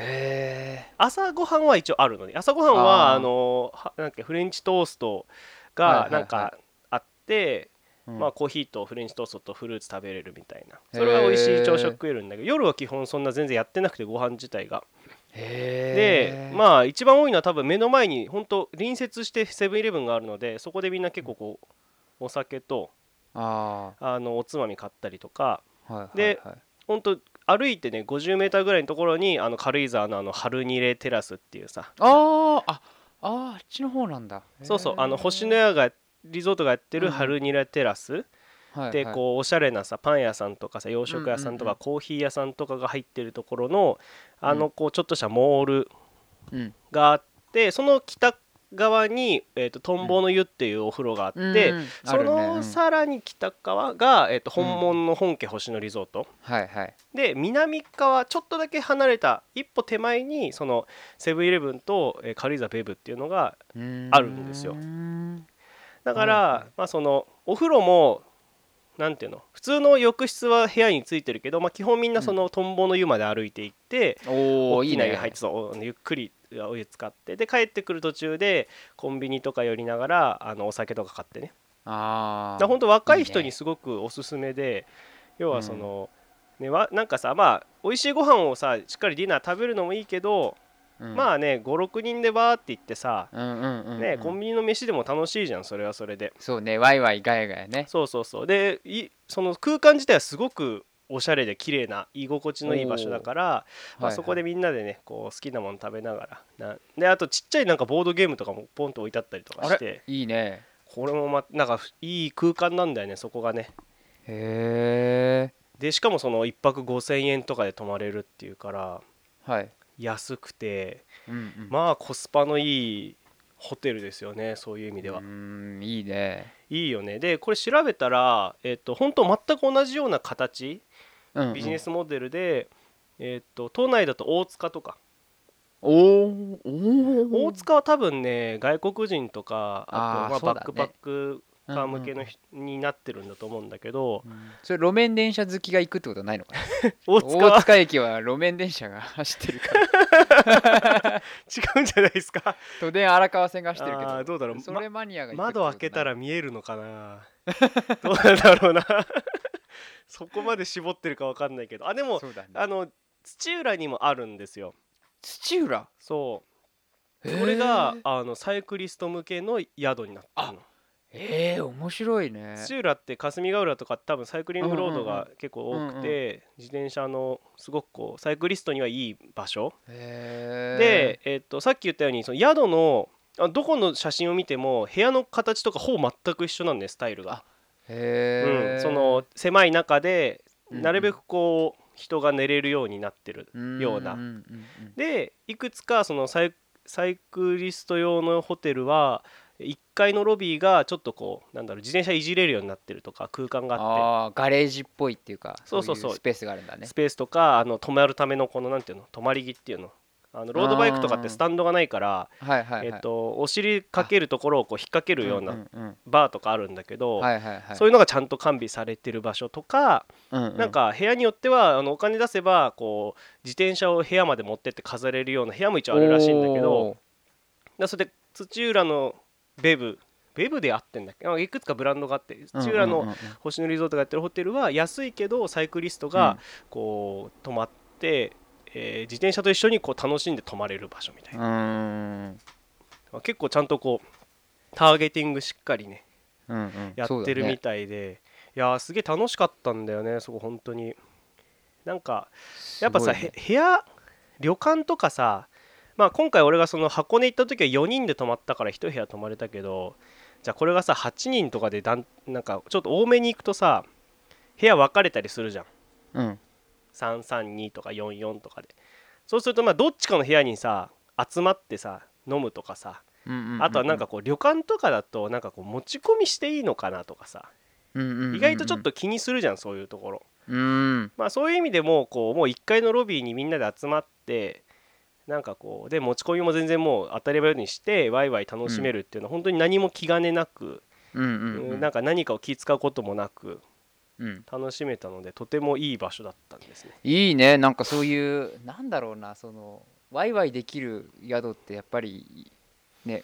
S2: へえ
S1: 朝ごはんは一応あるので朝ごはんは
S2: あ
S1: あ
S2: ー
S1: のはなんかフレンチトースト
S2: はい
S1: が
S2: はいはい
S1: なんかあって、まあ、
S2: ま
S1: コーヒーとフレンチトーストとフルーツ食べれるみたいな
S2: へー
S1: それが美味しい朝食食えるんだけど夜は基本そんな全然やってなくてご飯自体がで
S2: へえ
S1: まあ一番多いのは多分目の前に本当隣接してセブンイレブンがあるのでそこでみんな結構こうお酒と
S2: あ
S1: あのおつまみ買ったりとか
S2: あはいはいはい
S1: で本当歩いてね 50m ぐらいのところにあの軽井沢のあの春ニレテラスっていうさ
S2: あーああーあっちの方なんだ
S1: そうそう
S2: へー
S1: あの星の屋がリゾートがやってる
S2: うん
S1: 春ニラテラス
S2: はい
S1: で
S2: はい
S1: こうおしゃれなさパン屋さんとかさ洋食屋さんと
S2: うんうんう
S1: か
S2: ん
S1: コーヒー屋さんとかが入ってるところのあ
S2: う
S1: のこうちょっとしたモール
S2: うん
S1: があってその北側にえーとトンボの湯っていうお風呂があっ
S2: うん
S1: て
S2: うんあ
S1: そ
S2: るねう
S1: の
S2: ん
S1: さらに北側がえーと本物の本家星野リゾート
S2: はいはい
S1: で南側ちょっとだけ離れた一歩手前にそのセブンイレブンとえー軽井沢ベブっていうのがあ
S2: あ
S1: るんですよ
S2: うん
S1: だから、
S2: はいはい
S1: まあそのお風呂もなんていうの普通の浴室は部屋についてるけど、まあ、基本みんなそのトンボの湯まで歩いていって、
S2: おお
S1: 大
S2: い
S1: き
S2: い
S1: な
S2: ね
S1: 湯入ってそうゆっくりお湯使ってで帰ってくる途中でコンビニとか寄りながらあのお酒とか買ってね
S2: あ
S1: だか
S2: あ
S1: ら本当若い人
S2: いいね
S1: にすごくおすすめで要はその、ねわなんかさまあ美味しいご飯をさしっかりディナー食べるのもいいけど、まあね56人でバーって行ってさ、
S2: あうんうんうんうん、
S1: ねコンビニの飯でも楽しいじゃんそれはそれで
S2: そうねワイワイガヤガヤね
S1: そうそうそうでいその空間自体はすごくおしゃれで綺麗な居心地のいい場所だから、まあ、そこで
S2: はい
S1: みんなでねこう好きなもの食べながらなであとちっちゃいなんかボードゲームとかもポンと置いてあったりとか
S2: はい
S1: し
S2: あれ
S1: て
S2: いいね
S1: これもまなんかいい空間なんだよねそこがね
S2: へえ
S1: でしかもその1泊5,000円とかで泊まれるっていうから
S2: はい、
S1: 安くて
S2: うんうん、
S1: まあコスパのいいホテルですよねそういう意味では
S2: うー。んいいね
S1: いいよねでこれ調べたら、えっと本当全く同じような形
S2: うんうん
S1: ビジネスモデルで、えっと都内だと大塚とか、
S2: おーお
S1: 大塚は多分ね外国人とかあと
S2: あー
S1: まあ
S2: そうだね
S1: バックパック
S2: 大
S1: カー向けの、人になってるんだと思うんだけど、
S2: うんうんうんそれ路面電車好きが行くってことないのかな
S1: 大塚
S2: 大
S1: は
S2: 塚駅は路面電車が走ってるから
S1: 違うんじゃないですか
S2: 都電荒川線が走ってるけ
S1: あー
S2: ど
S1: どうだろう
S2: それマニアが行くってこ
S1: 窓
S2: とない
S1: 開けたら見えるのかな どうなんだろうな そこまで絞ってるかわかんないけどあでも
S2: そうだね
S1: あの土浦にもあるんですよ
S2: 土浦
S1: そう
S2: へー
S1: それがあのサイクリスト向けの宿になってるの
S2: ええ面白いね
S1: 土浦って霞ヶ浦とか多分サイクリングロード
S2: うんうん
S1: が結構多くて自転車のすごくこうサイクリストにはいい場所
S2: へー
S1: でえっとさっき言ったようにその宿のあどこの写真を見ても部屋の形とかほぼ全く一緒なんねスタイルが。
S2: へ
S1: う
S2: え
S1: ん、その狭い中で
S2: うんうん
S1: なるべくこう人が寝れるようになってる、ようなん
S2: んうん
S1: でいくつかそのサイサイクリスト用のホテルは1階のロビーがちょっとこうなんだろう自転車いじれるようになってるとか空間があっ
S2: ああガレージっぽいっていうか
S1: そうそうそう
S2: いスペースがあるんだ
S1: て、
S2: ね
S1: スペースとかあの泊まるためのこのなんていうの泊まり木っていうのあのロードバイクとかっ
S2: うん
S1: てスタンドがないから、
S2: はいはいは
S1: え
S2: い
S1: っとお尻かけるところをこう引っ掛けるよう
S2: うん
S1: なん
S2: うん
S1: バーとかあるんだけど、
S2: はいはいはい
S1: そういうのがちゃんと完備されてる場所とか、な
S2: なん
S1: か部屋によってはあのお金出せばこう自転車を部屋まで持ってって飾れるような部屋も一応あるらしいんだけどだそれで土浦のベブベブで合ってんだっけあいくつかブランドがあって土浦の星野リゾートがやってるホテルは安いけどサイクリストがこう泊まって、えー自転車と一緒にこう楽しんで泊まれる場所みたいな、
S2: や
S1: 結構ちゃんとこうターゲティングしっかりねやってるみ
S2: た
S1: たいで、いやーすげえ楽しかったんだよねそこ本当になんかやっぱさ、へ部屋旅館とかさまあ今回俺がその箱根行った時は4人で泊まったから1部屋泊まれたけどじゃあこれがさ8人とかでだんなんかちょっと多めに行くとさ部屋分かれたりするじゃん
S2: うん
S1: 332とか44とかでそうするとまあどっちかの部屋にさ集まってさ飲むとかさあとはなんかこう旅館とかだとなんかこう持ち込みしていいのかなとかさ意
S2: 意
S1: 外とちょっと気にするじゃんそういうところ
S2: うん
S1: まあそういう意味でもうこうもう1階のロビーにみんなで集まってなんかこうで持ち込みも全然もう当たり前にしてワイワイ楽しめるっていうのは本当に何も気兼ねなく、
S2: うんうん
S1: うんなん
S2: か
S1: か何かを気使うこともなく楽しめたのでとてもいい場所だったんですね。
S2: いいねなんかそういうなんだろうなそのワイワイできる宿ってやっぱりね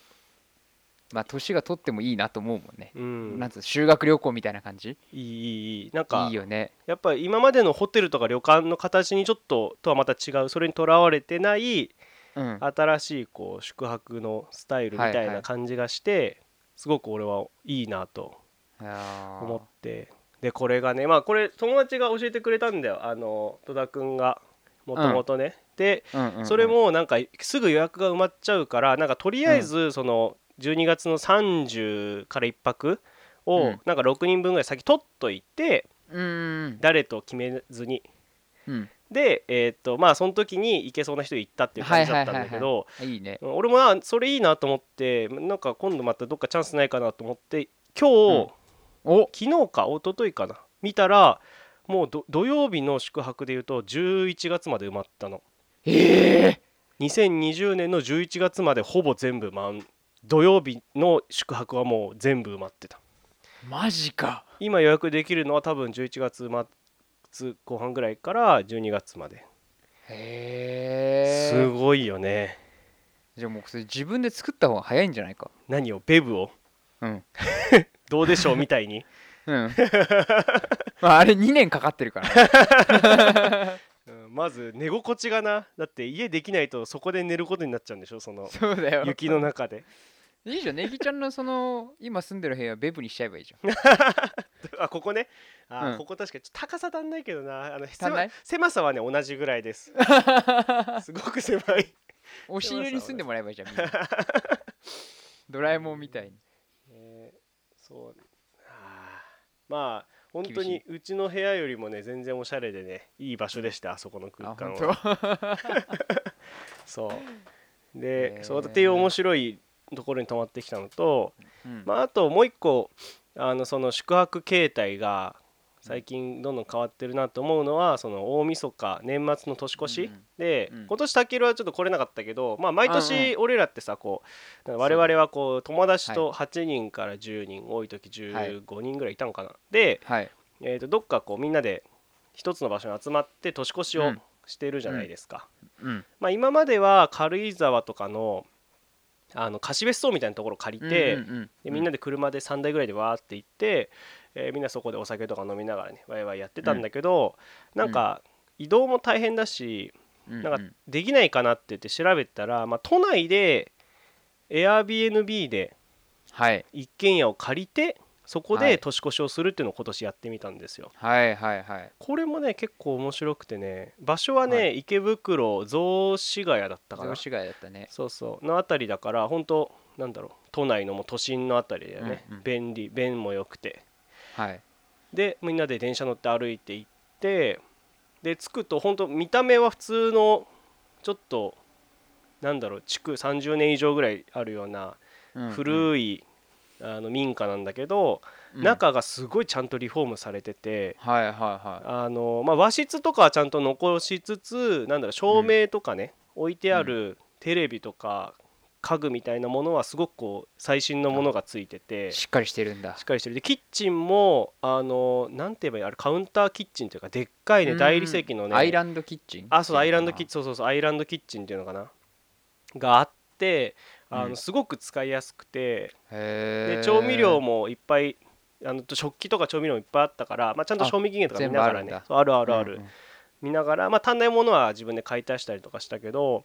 S2: まあ年が取ってもいいなと思うもんね
S1: うん、
S2: なんつう修学旅行みたいな感じ
S1: いいいいいいなんか
S2: いいよね
S1: やっぱ今までのホテルとか旅館の形にちょっととはまた違うそれにとらわれてない
S2: うん
S1: 新しいこう宿泊のスタイルみた
S2: はい
S1: い
S2: はい
S1: な感じがして、すごく俺はいいなと思
S2: 思
S1: ってでこれがねまあこれ友達が教えてくれたんだよあの戸田君がもともとね。でそれもなんかすぐ予約が埋まっちゃうからなんかとりあえずその12月の30から1泊
S2: う
S1: を
S2: ん
S1: なんか6人分ぐらい先取っといて
S2: うん
S1: 誰と決めずに
S2: うん
S1: でえーっとまあその時に行けそうな人行ったっていう感じだったんだけ
S2: はいはいはい
S1: ど
S2: いいね
S1: うん俺もなそれいいなと思ってなんか今度またどっかチャンスないかなと思って今
S2: お
S1: 日、昨日か一昨日かな見たらもうど土曜日の宿泊でいうと11月まで埋まったの
S2: ええ
S1: 2020年の11月までほぼ全部満土曜日の宿泊はもう全部埋まってた
S2: マジか
S1: 今予約できるのは多分11月末後半ぐらいから12月まで、
S2: へ
S1: す
S2: え
S1: ごいよね
S2: じゃあもうそれ自分で作った方が早いんじゃないか
S1: 何をベブを
S2: うん
S1: どうでしょうみたいに
S2: うん まああれ2年かかってるからね
S1: うんまず寝心地がなだって家できないとそこで寝ることになっちゃうんでしょそ の
S2: そうだよ
S1: 雪の中で
S2: いいじゃんネギちゃんのその今住んでる部屋ベブにしちゃえばい いじゃん
S1: あここねあ、
S2: うん
S1: ここ確かにちょっと高さ足んないけどなあの
S2: 足んない
S1: 狭狭さはね同じぐらいです すごく狭い
S2: 押し入れに住んでもらえばいいじゃん みんなドラえもんみたいに
S1: ねそうあーまあ本当
S2: 厳
S1: にうちの部屋よりもね全然おしゃれでねいい場所でしたあそこの空
S2: あ
S1: 間
S2: 本
S1: は
S2: 当
S1: そうで
S2: へ、ー
S1: そうっていう面白いところに泊まってきたのと、
S2: うん
S1: まあ、あともう一個あのその宿泊形態が最近どんどん変わってるなと思うのはその大晦日年末の年越し、
S2: うんうん
S1: で、
S2: うん
S1: 今年たけるはちょっと来れなかったけど、まあ、毎
S2: うん
S1: 年俺らってさこうなんか我々はこう友達と8人から10人、多い時15人ぐらいいたのかな。で、
S2: はい
S1: えー、とどっかこうみんなで一つの場所に集まって年越し
S2: う
S1: を
S2: ん
S1: してるじゃないですか。
S2: うん
S1: まあ、今までは軽井沢とかのあの貸別荘みたいなところ借りて、
S2: うんうんうん
S1: でみんなで車で3台ぐらいでわーって行って、えーみんなそこでお酒とか飲みながらねワイワイやってたんだけど、なんか移動も大変だし
S2: うん
S1: なんか
S2: うん
S1: できないかなって言って調べたら、まあ、都内で Airbnb で
S2: はい
S1: 一軒家を借りてそこ
S2: は
S1: で
S2: い
S1: 年越しをするっていうのを今年やってみたんですよ。
S2: はいはいはい
S1: これもね結構面白くてね場所はね、
S2: は
S1: 池袋雑司ヶ谷だったかな
S2: 雑司が谷だったね
S1: そうそうのあたりだから本当なんだろう都内のもう都心のあたりだよね、
S2: うんうん
S1: 便利便も良くて
S2: はい
S1: でみんなで電車乗って歩いて行ってで着くと本当見た目は普通のちょっとなんだろう築30年以上ぐらいあるような古い、あの民家なんだけど、
S2: うん
S1: 中がすごいちゃんとリフォームされてて。
S2: はいはいは
S1: あのまあ、和室とかはちゃんと残しつつなんだろう照明とかね、置いてあるテレビとか家具みたいなものはすごくこう最新のものがついてて
S2: い
S1: し
S2: しっかりしてるんだ
S1: っかりしてるでキッチンもあのなんて言えばいいあれカウンターキッチンというかでっかいね
S2: うん
S1: 大理石のね
S2: アイランドキッチン
S1: あそうアイランドキッチン
S2: チ
S1: そうそうそうアイランドキッチンっていうのかながあってあ
S2: う
S1: の
S2: ん
S1: すごく使いやすくて、
S2: ンへ
S1: で
S2: え
S1: 調味料もいっぱいあの食器とか調味料もいっぱいあったから、まあ、ちゃんと賞味期限とか見ながらね
S2: あ全部あるんだ
S1: そうあるあるある、
S2: うんうん
S1: 見ながらまあ足んないものは自分で買い足したりとかしたけど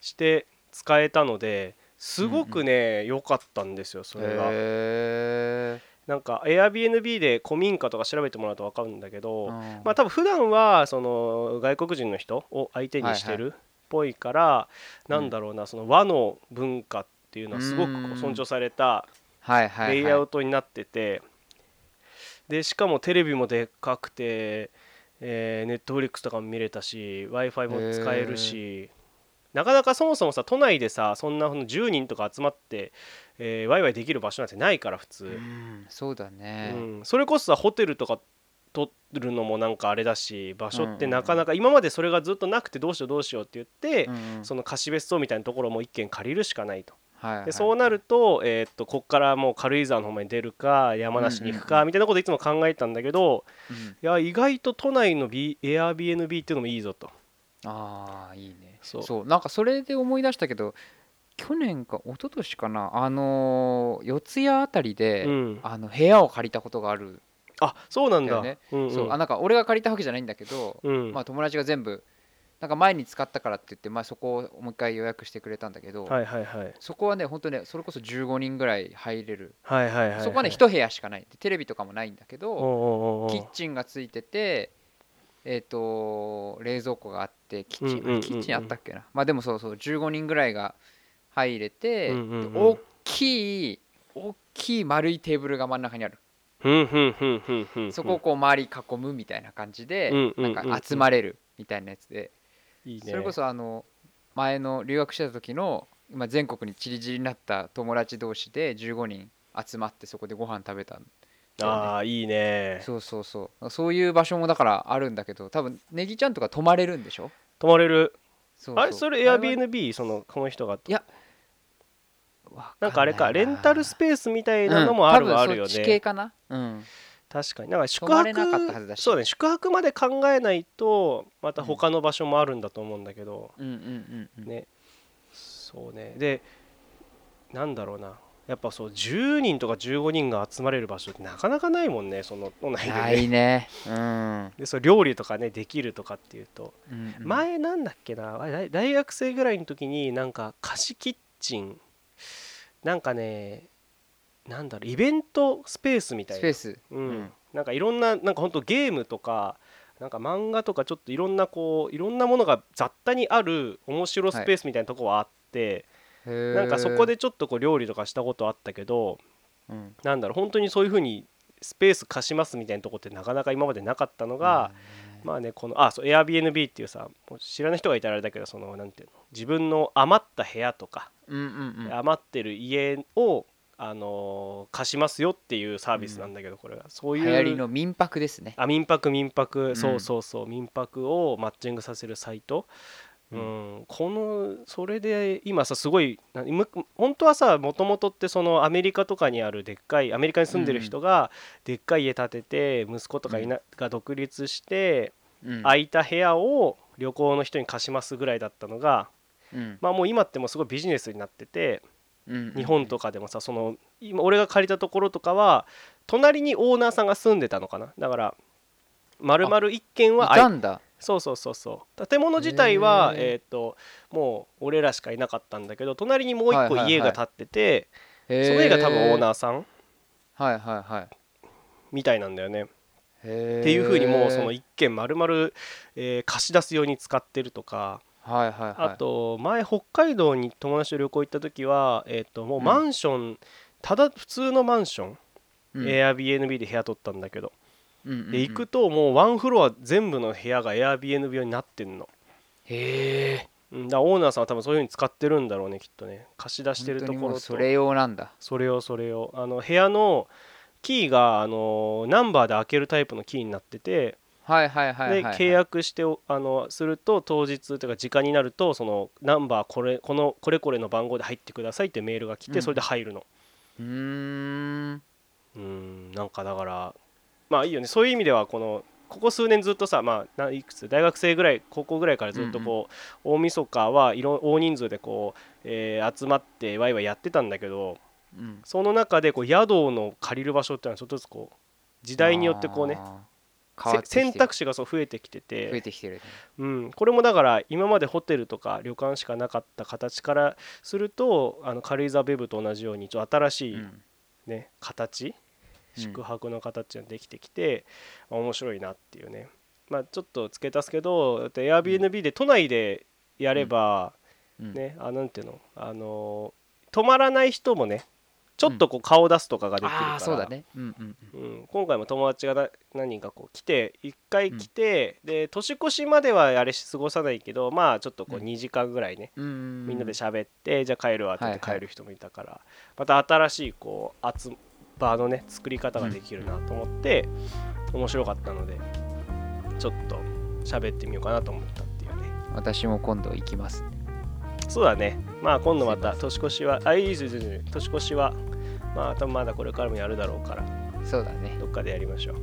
S1: して使えたのですごくね良、かったんですよそれが。
S2: へえ
S1: なんか Airbnb で古民家とか調べてもらうと分かるんだけど、
S2: うん
S1: まあ多分普段はその外国人の人を相手にしてるっぽいから、
S2: うん
S1: なんだろうなその和の文化っていうのはすごくこ
S2: う
S1: うん尊重された
S2: はいはいはい
S1: レイアウトになってて、でしかもテレビもでっかくて、えー、Netflix とかも見れたし w i f i も使えるし、なかなかそもそもさ都内でさそんなその10人とか集まって、えー、ワイワイできる場所なんてないから普通、
S2: うんそうだね
S1: うん、それこそさホテルとか取るのもなんかあれだし場所ってなかなか、今までそれがずっとなくてどうしようどうしようって言って、
S2: うんうん
S1: その貸別荘みたいなところも一軒借りるしかないと。
S2: はいはい
S1: でそうなると,、えーっとこっからもう軽井沢の方まで出るか山梨に行く
S2: うんうん
S1: かみたいなこといつも考えてたんだけど、
S2: うん
S1: いや意外と都内の B Airbnb っていうのもいいぞと
S2: ああいいね
S1: そ
S2: そううなんかそれで思い出したけど去年か一昨年かなあのー四谷あたりで、
S1: うん
S2: あの部屋を借りたことがある、
S1: あそうなんだ
S2: だよね
S1: うんうん
S2: そうあなんか俺が借りたわけじゃないんだけど、
S1: うん
S2: まあ、友達が全部なんか前に使ったからって言って、まあ、そこをもう一回予約してくれたんだけど、
S1: はいはいはい
S2: そこはね本当ねそれこそ15人ぐらい入れる、
S1: はいはいはい
S2: そこはね一部屋しかないでテレビとかもないんだけ
S1: お
S2: ど、
S1: うおうおう
S2: キッチンがついててえっ、と冷蔵庫があってキッチン、
S1: うんうんうんうん
S2: キッチンあったっけなまあでもそうそう15人ぐらいが入れて、
S1: うんうんうん
S2: で大きい大きい丸いテーブルが真ん中にある
S1: ふんふんふんふんふん
S2: そこをこう周り囲むみたいな感じで、
S1: うんうんうん
S2: なんか集まれるみたいなやつで、
S1: いいね
S2: それこそあの前の留学してた時の今全国にちりぢりになった友達同士で15人集まってそこでご飯食べたんだよね
S1: ああいいね
S2: そうそうそうそういう場所もだからあるんだけど多分ネギちゃんとか泊まれるんでしょ
S1: 泊まれる
S2: そ
S1: あれそれ
S2: れは
S1: Airbnb そのこの人が
S2: いや
S1: なんかあれかレンタルス
S2: ー
S1: ペースみたいなのもあるはあるよ
S2: 多分そっち系
S1: ね
S2: かなうん
S1: 確かになんか宿
S2: 泊まれなかったはず
S1: 泊
S2: だし
S1: そうだね宿泊まで考えないとまた他の場所もあるんだと思うんだけど
S2: うんうんうんうん
S1: ねそうねでなんだろうなやっぱそう10人とか15人が集まれる場所ってなかなかないもんねその都内で
S2: な
S1: ね
S2: いねうん、
S1: でそう料理とかねできるとかっていうと
S2: うんうん
S1: 前なんだっけなあれ大大学生ぐらいの時になんか貸しキッチンなんかねなんだろうイベントスペースみたい
S2: ス
S1: な
S2: ペース
S1: うん
S2: うん
S1: なんかいろんななんかほんとゲームとかなんか漫画とかちょっといろんなこういろんなものが雑多にある面白スペースみたいなとこはあって、な
S2: なん
S1: かそこでちょっとこう料理とかしたことあったけど
S2: うん
S1: なんだろう本当にそういう風にスペース貸しますみたいなとこってなかなか今までなかったのが、まあねこのあそう Airbnb っていうさもう知らない人がいたらあれだけどそのなんていうの自分の余った部屋とか、
S2: うんうんうん
S1: 余ってる家をあのー貸しますよっていうサービスなんだけど、これはそうい
S2: 流
S1: う
S2: 行りの民泊ですね
S1: あ民泊民泊、
S2: ん
S1: そうそうそう民泊をマッチングさせるサイトう、
S2: うん
S1: このそれで今さすごいなむ本当はさもともとってそのアメリカとかにあるでっかいアメリカに住んでる人がでっかい家建てて息子とかいな、が独立して
S2: うん
S1: 空いた部屋を旅行の人に貸しますぐらいだったのが
S2: うん
S1: まあもう今ってもうすごいビジネスになってて
S2: うん
S1: 日本とかでもさその今俺が借りたところとかは隣にオーナーさんが住んでたのかなだから丸々一軒
S2: い
S1: は
S2: た
S1: あい
S2: んだ
S1: そうそうそうそう建物自体は
S2: へー
S1: えっ、ともう俺らしかいなかったんだけど隣にもう一個
S2: はいはいはい
S1: 家が建ってて、
S2: その
S1: その家が多分オー
S2: ー
S1: ナーさん
S2: はいはいはい
S1: みたいなんだよね、
S2: っ
S1: っていう風にもうその
S2: はい
S1: 一軒丸々、えー貸し出すように使ってるとか
S2: はいはい
S1: あと前北海道に友達と旅行行った時は、えー、ともうマンション、ただ普通のマンション、
S2: うん
S1: Airbnb で部屋取ったんだけど、
S2: うんうんうん
S1: で行くともうワンフロア全部の部屋が Airbnb 用になってんの、
S2: へえ
S1: うん、だからオーナーさんは多分そういう風に使ってるんだろうねきっとね貸し出してるところと
S2: それ用なんだ
S1: それをそれをあの部屋のキーがあのナンバーで開けるタイプのキーになってて
S2: はいはいはいはい
S1: で
S2: はい
S1: 契約しておあのすると当日というか時間になるとそのナンバーこれこのこれこれの番号で入ってくださいってメールが来て
S2: うん
S1: それで入るの
S2: うーん
S1: うんなんかだからまあいいよねそういう意味ではこのここ数年ずっとさまあないくつ大学生ぐらい高校ぐらいからずっとこう、大晦日はいろ大人数でこう、えー集まってワイワイやってたんだけど
S2: うん
S1: その中でこう宿の借りる場所っていうのはちょっとずつこう時代によってこうね
S2: あー変
S1: せ
S2: わってきて
S1: 選択肢がそう増えてきてて
S2: 増えてきてるね
S1: うん、これもだから今までホテルとか旅館しかなかった形からするとあの軽井沢ベブと同じようにちょっと新しい、
S2: うん
S1: ね形
S2: うん
S1: 宿泊の形ができてきて、面白いなっていうね、まあ、ちょっと付け足すけどだって Airbnb で都内でやれば、
S2: うん
S1: ねあなんていうの、あのー泊まらない人もねちょっとこう顔出すとかができるから、
S2: ああそうだねうんうんうん
S1: うん、今回も友達がな何人かこう来て1回来て、で年越しまではあれし過ごさないけどまあちょっとこう
S2: うん
S1: 2時間ぐらいね、
S2: うーん
S1: みんなで喋ってじゃあ帰るわって言って
S2: はいは
S1: 帰
S2: い
S1: る人もいたから、また新しいこう集場のね作り方ができるなと思って、面白かったのでちょっと喋ってみようかなと思ったっていうね
S2: 私も今度行きます
S1: そうだねまあ今度また
S2: すい
S1: 年越しはあいいですいいですいいです年越しはまあ多分まだこれからもやるだろうから
S2: そうだね
S1: どっかでやりましょう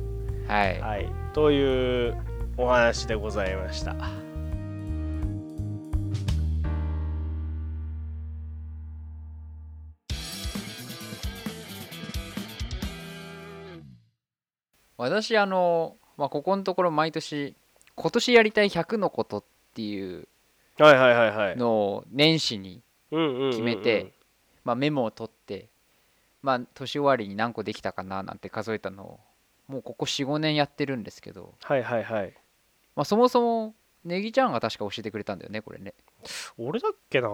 S2: はい
S1: はい、というお話でございました。
S2: 私あの、まあ、ここのところ毎年今年やりたい100のことっていう
S1: はいはいはいはい。
S2: のを年始に、
S1: うんうんうんうん
S2: 決めて。まあ、メモを取って、まあ、年終わりに何個できたかななんて数えたのをもうここ45年やってるんですけど、
S1: はいはいはい。
S2: まあ、そもそもネギちゃんが確か教えてくれたんだよねこれね
S1: 俺だっけな。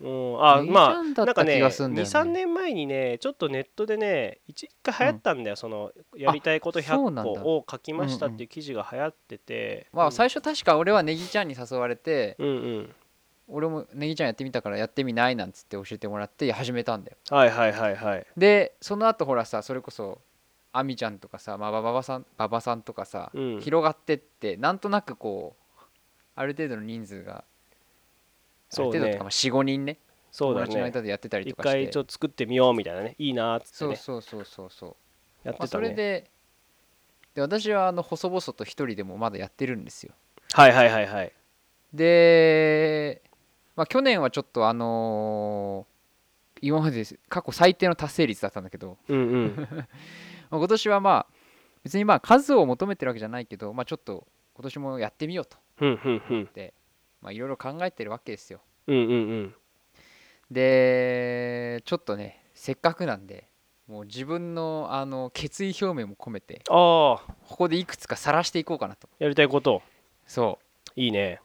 S1: うん、あ
S2: ネギち
S1: ま
S2: ゃんだ
S1: あ
S2: っ
S1: なんか
S2: た
S1: ね
S2: 気がすんだよね
S1: 23年前にねちょっとネットでね一一回流行ったんだよ、そのやりたいこと
S2: あそう
S1: 100
S2: な
S1: 個
S2: んだ
S1: を書きましたっていう記事が流行ってて、う
S2: ま
S1: ん
S2: あ最初確か俺はネギちゃんに誘われて、
S1: うんうん
S2: 俺もネギちゃんやってみたからやってみないなんつって教えてもらって始めたんだよ
S1: はいはいはいはい
S2: でその後ほらさそれこそあみちゃんとかさ、まあ、ばばばさんばばさんとかさ、
S1: うん
S2: 広がってってなんとなくこうある程度の人数がある
S1: そう
S2: 程度と
S1: ね
S2: か、まあ45人ね
S1: そうだ
S2: 友達の
S1: ね
S2: 間でやってたり
S1: 一
S2: とかして
S1: 回ちょっと作ってみようみたいなねいいなーっつって
S2: そう
S1: ね
S2: そうそうそうそう、
S1: やっ
S2: まあ、
S1: てた
S2: それ
S1: ね
S2: でで私はあの細々と一人でもまだやってるんですよ
S1: はいはいはいはい
S2: で、まあ、去年はちょっとあのー今まで過去最低の達成率だったんだけど、
S1: うんうん
S2: まあ今年はまあ別にまあ数を求めてるわけじゃないけど、まあ、ちょっと今年もやってみようと
S1: ふんふんふん
S2: でまあいろいろ考えてるわけですよ
S1: うんうんうん
S2: でちょっとねせっかくなんでもう自分のあの決意表明も込めて
S1: ああ
S2: ここでいくつか晒していこうかなと
S1: やりたいこと
S2: そ
S1: いいね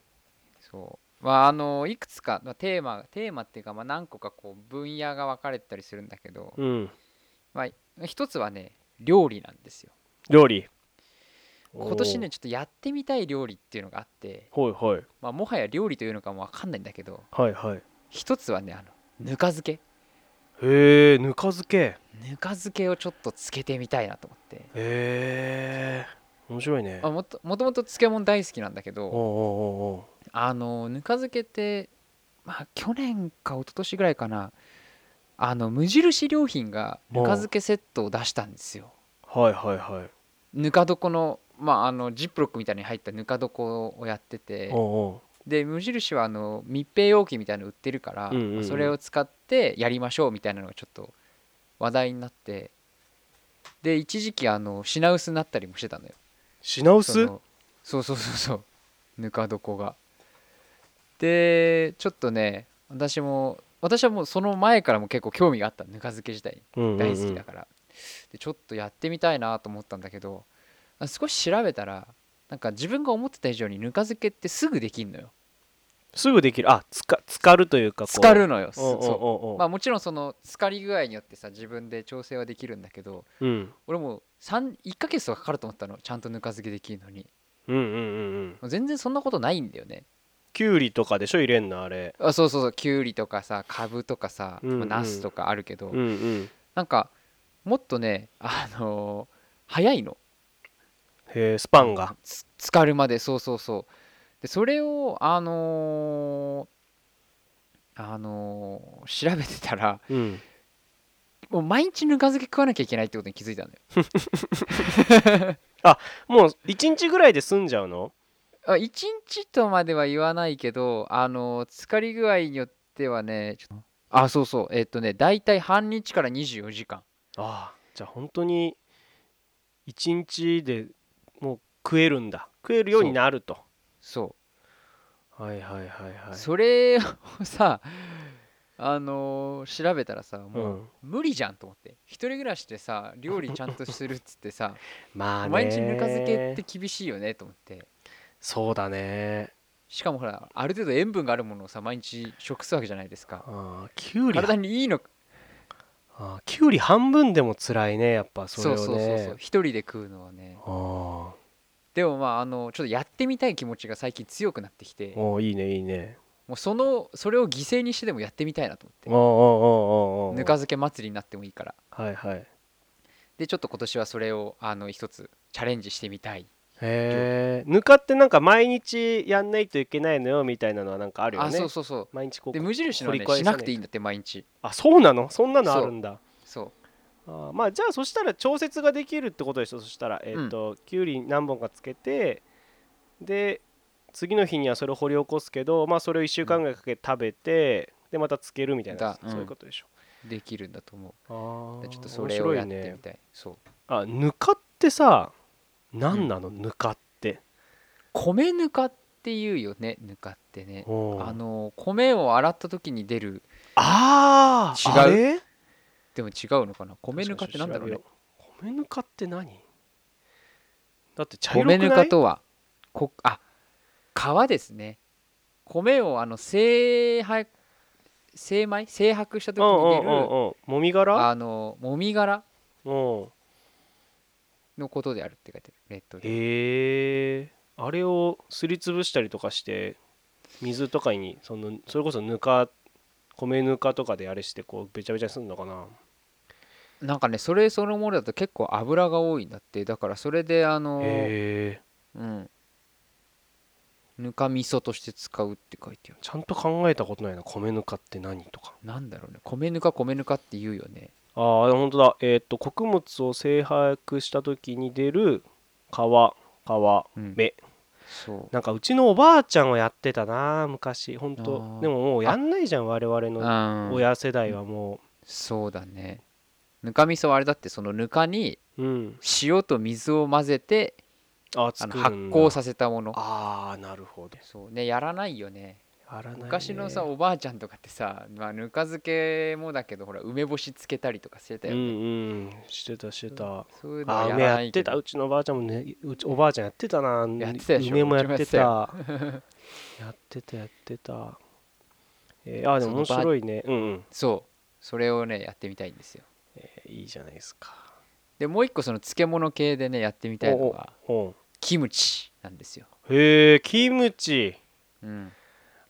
S2: うそうまああのいくつか、まあ、テーマテーマっていうか、まあ、何個かこう分野が分かれてたりするんだけど、
S1: うん
S2: まあ、一つはね料理なんですよ
S1: 料理
S2: 今年ね
S1: おー
S2: ちょっとやってみたい料理っていうのがあって、
S1: ほいほい
S2: まあ、もはや料理というのかも分かんないんだけど
S1: はいはい
S2: 一つはねあのぬか漬け
S1: へえぬか漬けへ
S2: ぬか漬けをちょっとつけてみたいなと思って
S1: え面白いね
S2: あもともともと漬物大好きなんだけ
S1: おう
S2: ど
S1: おうおうおう
S2: あのぬか漬けってまあ去年か一昨年ぐらいかなあの無印良品がぬか漬けセットを出したんですよ
S1: はいはいはい
S2: ぬか床のまああのジップロックみたいに入ったぬか床をやってて
S1: おう
S2: で無印はあの密閉容器みたいなの売ってるから、
S1: うんうんうん
S2: それを使ってやりましょうみたいなのがちょっと話題になってで一時期あの品薄になったりもしてたのよ
S1: 品
S2: そ
S1: 薄
S2: のそうそうそうそうぬか床がでちょっとね私も私はもうその前からも結構興味があったぬか漬け自体
S1: 大
S2: に大好きだから、でちょっとやってみたいなと思ったんだけどあ少し調べたらなんか自分が思ってた以上にぬか漬けってすぐできんのよ
S1: すぐできるあつかつかるというかこう
S2: 浸かるのよそ
S1: おうおう
S2: そ
S1: おうお
S2: う
S1: う
S2: まあもちろんその浸かり具合によってさ自分で調整はできるんだけど
S1: うん
S2: 俺もう3 1ヶ月とかかかると思ったのちゃんとぬか漬けできるのに
S1: うんうんうんうん
S2: もう全然そんなことないんだよね
S1: きゅうりとかでしょ入れんのあれ
S2: あそうそうそうきゅうりとかさかぶとかさ、
S1: うんうん
S2: まあ、ナスとかあるけど、
S1: うんうん
S2: なんかもっとねあのー早いの
S1: へえスパンが
S2: つ浸かるまでそうそうそうでそれをあのーあのー調べてたら
S1: うん
S2: もう毎日ぬか漬け食わなきゃいけないってことに気づいたのよ
S1: もう1日ぐらいで済んじゃうの
S2: あ1日とまでは言わないけどあのー浸かり具合によってはねちょっとあそうそうえっとね大体半日から24時間
S1: ああじゃあ本当に1日でもう食えるんだ食えるようになると
S2: そう
S1: はいはいはいはい
S2: それをさあのー調べたらさもう
S1: うん
S2: 無理じゃんと思って一人暮らしでさ料理ちゃんとするっつってさ
S1: まあね
S2: 毎日ぬか漬けって厳しいよねと思って
S1: そうだね
S2: しかもほらある程度塩分があるものをさ毎日食すわけじゃないですか
S1: ああきゅうり
S2: 体にいいの
S1: ああきゅうり半分でも辛いねやっぱそれ
S2: そ
S1: を
S2: う
S1: ね
S2: そうそうそう一人で食うのはね
S1: ああ
S2: でもまああのちょっとやってみたい気持ちが最近強くなってきても
S1: おーいいねいいね
S2: うそのそれを犠牲にしてでもやってみたいなと
S1: おーおー
S2: 思っ
S1: おーおーお
S2: て
S1: ー
S2: ぬか漬け祭りになってもいいから
S1: はいはいへ
S2: でちょっと今年はそれをあの一つチャレンジしてみたい
S1: えぬかってなんか毎日やんないといけないのよみたいなのはなんかあるよね
S2: あそうそうそ
S1: 毎日こ
S2: う
S1: う
S2: で無印のは
S1: 掘り
S2: ね
S1: 返
S2: し
S1: さ
S2: な
S1: ない
S2: くていいんだって毎日
S1: あそうなのそんなのあるんだ
S2: そう
S1: あーまあじゃあそしたら調節ができるってことでしょそしたらえっ、ときゅうり何本かつけてで次の日にはそれを掘り起こすけどまあそれを1週間ぐらいかけて食べて、でまたつけるみたいな
S2: だうん
S1: そういうことでしょ
S2: できるんだと思
S1: あ
S2: う
S1: ー
S2: でちょっとそれをやって
S1: 面白い
S2: み
S1: ね
S2: たいそう
S1: あぬかってさ何なの、ぬかって
S2: 米ぬかっていうよねぬかってね
S1: おー
S2: あの米を洗った時に出る
S1: あ
S2: 違う
S1: ーあれ
S2: でも違うのかな米ぬかってなんだろうね
S1: 確かに調べよう米ぬかって何だって茶色くな
S2: 米
S1: い
S2: ぬかとはこあ皮ですね米をあの精白精米精白した時
S1: うんうん
S2: に
S1: う
S2: 出る
S1: んうんもみ殻
S2: あのもみ殻
S1: うん
S2: のことであるって書いてあるレッドで
S1: へえあれをすりつぶしたりとかして水とかにそのそれこそぬか米ぬかとかであれしてこうべちゃべちゃにするのかな
S2: なんかねそれそのものだと結構油が多いんだってだからそれであの
S1: へえ
S2: うんぬか味噌として使うって書いてある
S1: ちゃんと考えたことないな米ぬかって何とか
S2: なんだろうね米ぬか米ぬかって言うよね
S1: ああ本当だえっ、と穀物を精白した時に出る皮皮
S2: うん
S1: 目
S2: そう
S1: なんかうちのおばあちゃんはやってたな昔本
S2: あ
S1: 当
S2: ー
S1: でももうやんないじゃん我々の
S2: あー
S1: 親世代はも
S2: そうだねぬか味噌はあれだってそのぬかに
S1: ううん
S2: 塩と水を混ぜて
S1: あ
S2: あ
S1: 作
S2: の
S1: るんだ
S2: 発酵させたもの
S1: ああなるほど
S2: そうねやらないよね
S1: やらないね
S2: 昔のさおばあちゃんとかってさ、まあ、ぬか漬けもだけどほら梅干しつけたりとかしてた
S1: う
S2: よ
S1: ん
S2: ね、
S1: うんしてたしてた
S2: そういうの
S1: あ
S2: は
S1: ー
S2: や
S1: 梅
S2: ら
S1: や
S2: ない
S1: って
S2: けど
S1: たうちのおばあちゃんもねうちおばあちゃんやってたな
S2: やってたでしょ
S1: 梅もやってたや
S2: うちもやってたよ
S1: ってた やってたえー、あーでも面
S2: そのばあ
S1: 白いねうんうん
S2: そうそれをねやってみたいんですよ
S1: えーいいじゃないですか
S2: でもう一個その漬物系でねやってみたいのが
S1: うん
S2: キムチなんですよ、
S1: へえキムチ
S2: うん、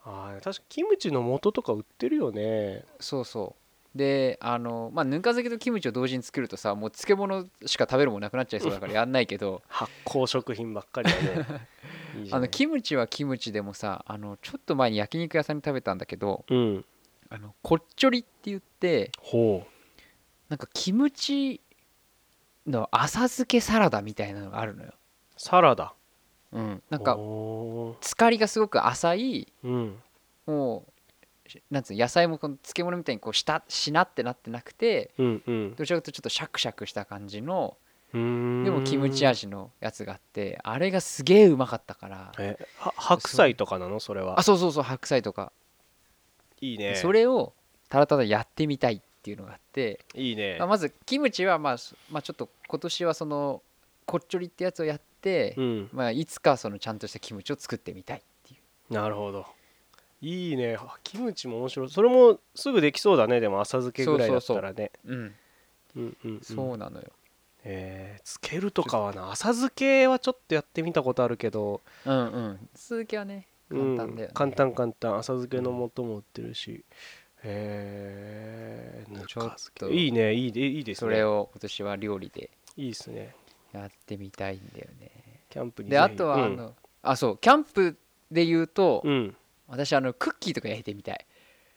S1: あー確かキムチの素とか売ってるよね
S2: そうそうであのまあぬか漬けとキムチを同時に作るとさもう漬物しか食べるもんなくなっちゃいそう だからやんないけど
S1: 発酵食品ばっかりだ ねいいじゃな
S2: あの
S1: い
S2: キムチはキムチでもさあのちょっと前に焼肉屋さんに食べたんだけど
S1: うん
S2: あのこっちょりって言って
S1: ほ
S2: なんかキムチの浅漬けサラダみたいなのがあるのよ、
S1: うサラダ
S2: うん、なんか
S1: お
S2: 浸かりがすごく浅い
S1: ーうん
S2: もうしなんつうの野菜もこの漬物みたいにこうしたしなってなってなくて
S1: うんうん
S2: どちらかというとちょっとシャクシャクした感じの
S1: うーん
S2: でもキムチ味のやつがあってあれがすげえうまかったから
S1: えは白菜とかなのそれは
S2: あそうそうそう白菜とか
S1: いいね
S2: それをただただやってみたいっていうのがあって
S1: いいね
S2: まあまずキムチはまあそまあちょっと今年はそのこっちょりってやつをやって
S1: うん
S2: まあいつかそのちゃんとしたキムチを作ってみたいっていう
S1: なるほどいいねあキムチも面白いそれもすぐできそうだねでも浅漬けぐらいだったらね
S2: う
S1: う
S2: ん
S1: んうんうん
S2: そうなのよ
S1: えー、つけるとかはな浅漬けはちょっとやってみたことあるけど
S2: うんうん続きはね簡単だよね
S1: うん、簡単簡単浅漬けの素も売ってるしへえぬ
S2: ちょっと
S1: か漬けいいねいいでいいです
S2: それ
S1: ね
S2: を今年は料理で
S1: いいですね
S2: やってみたいんだよね
S1: キャンプに
S2: で
S1: ぜひ
S2: あとはあ
S1: うん
S2: のあそうキャンプで言うと
S1: うん
S2: 私あのクッキーとか焼いてみたい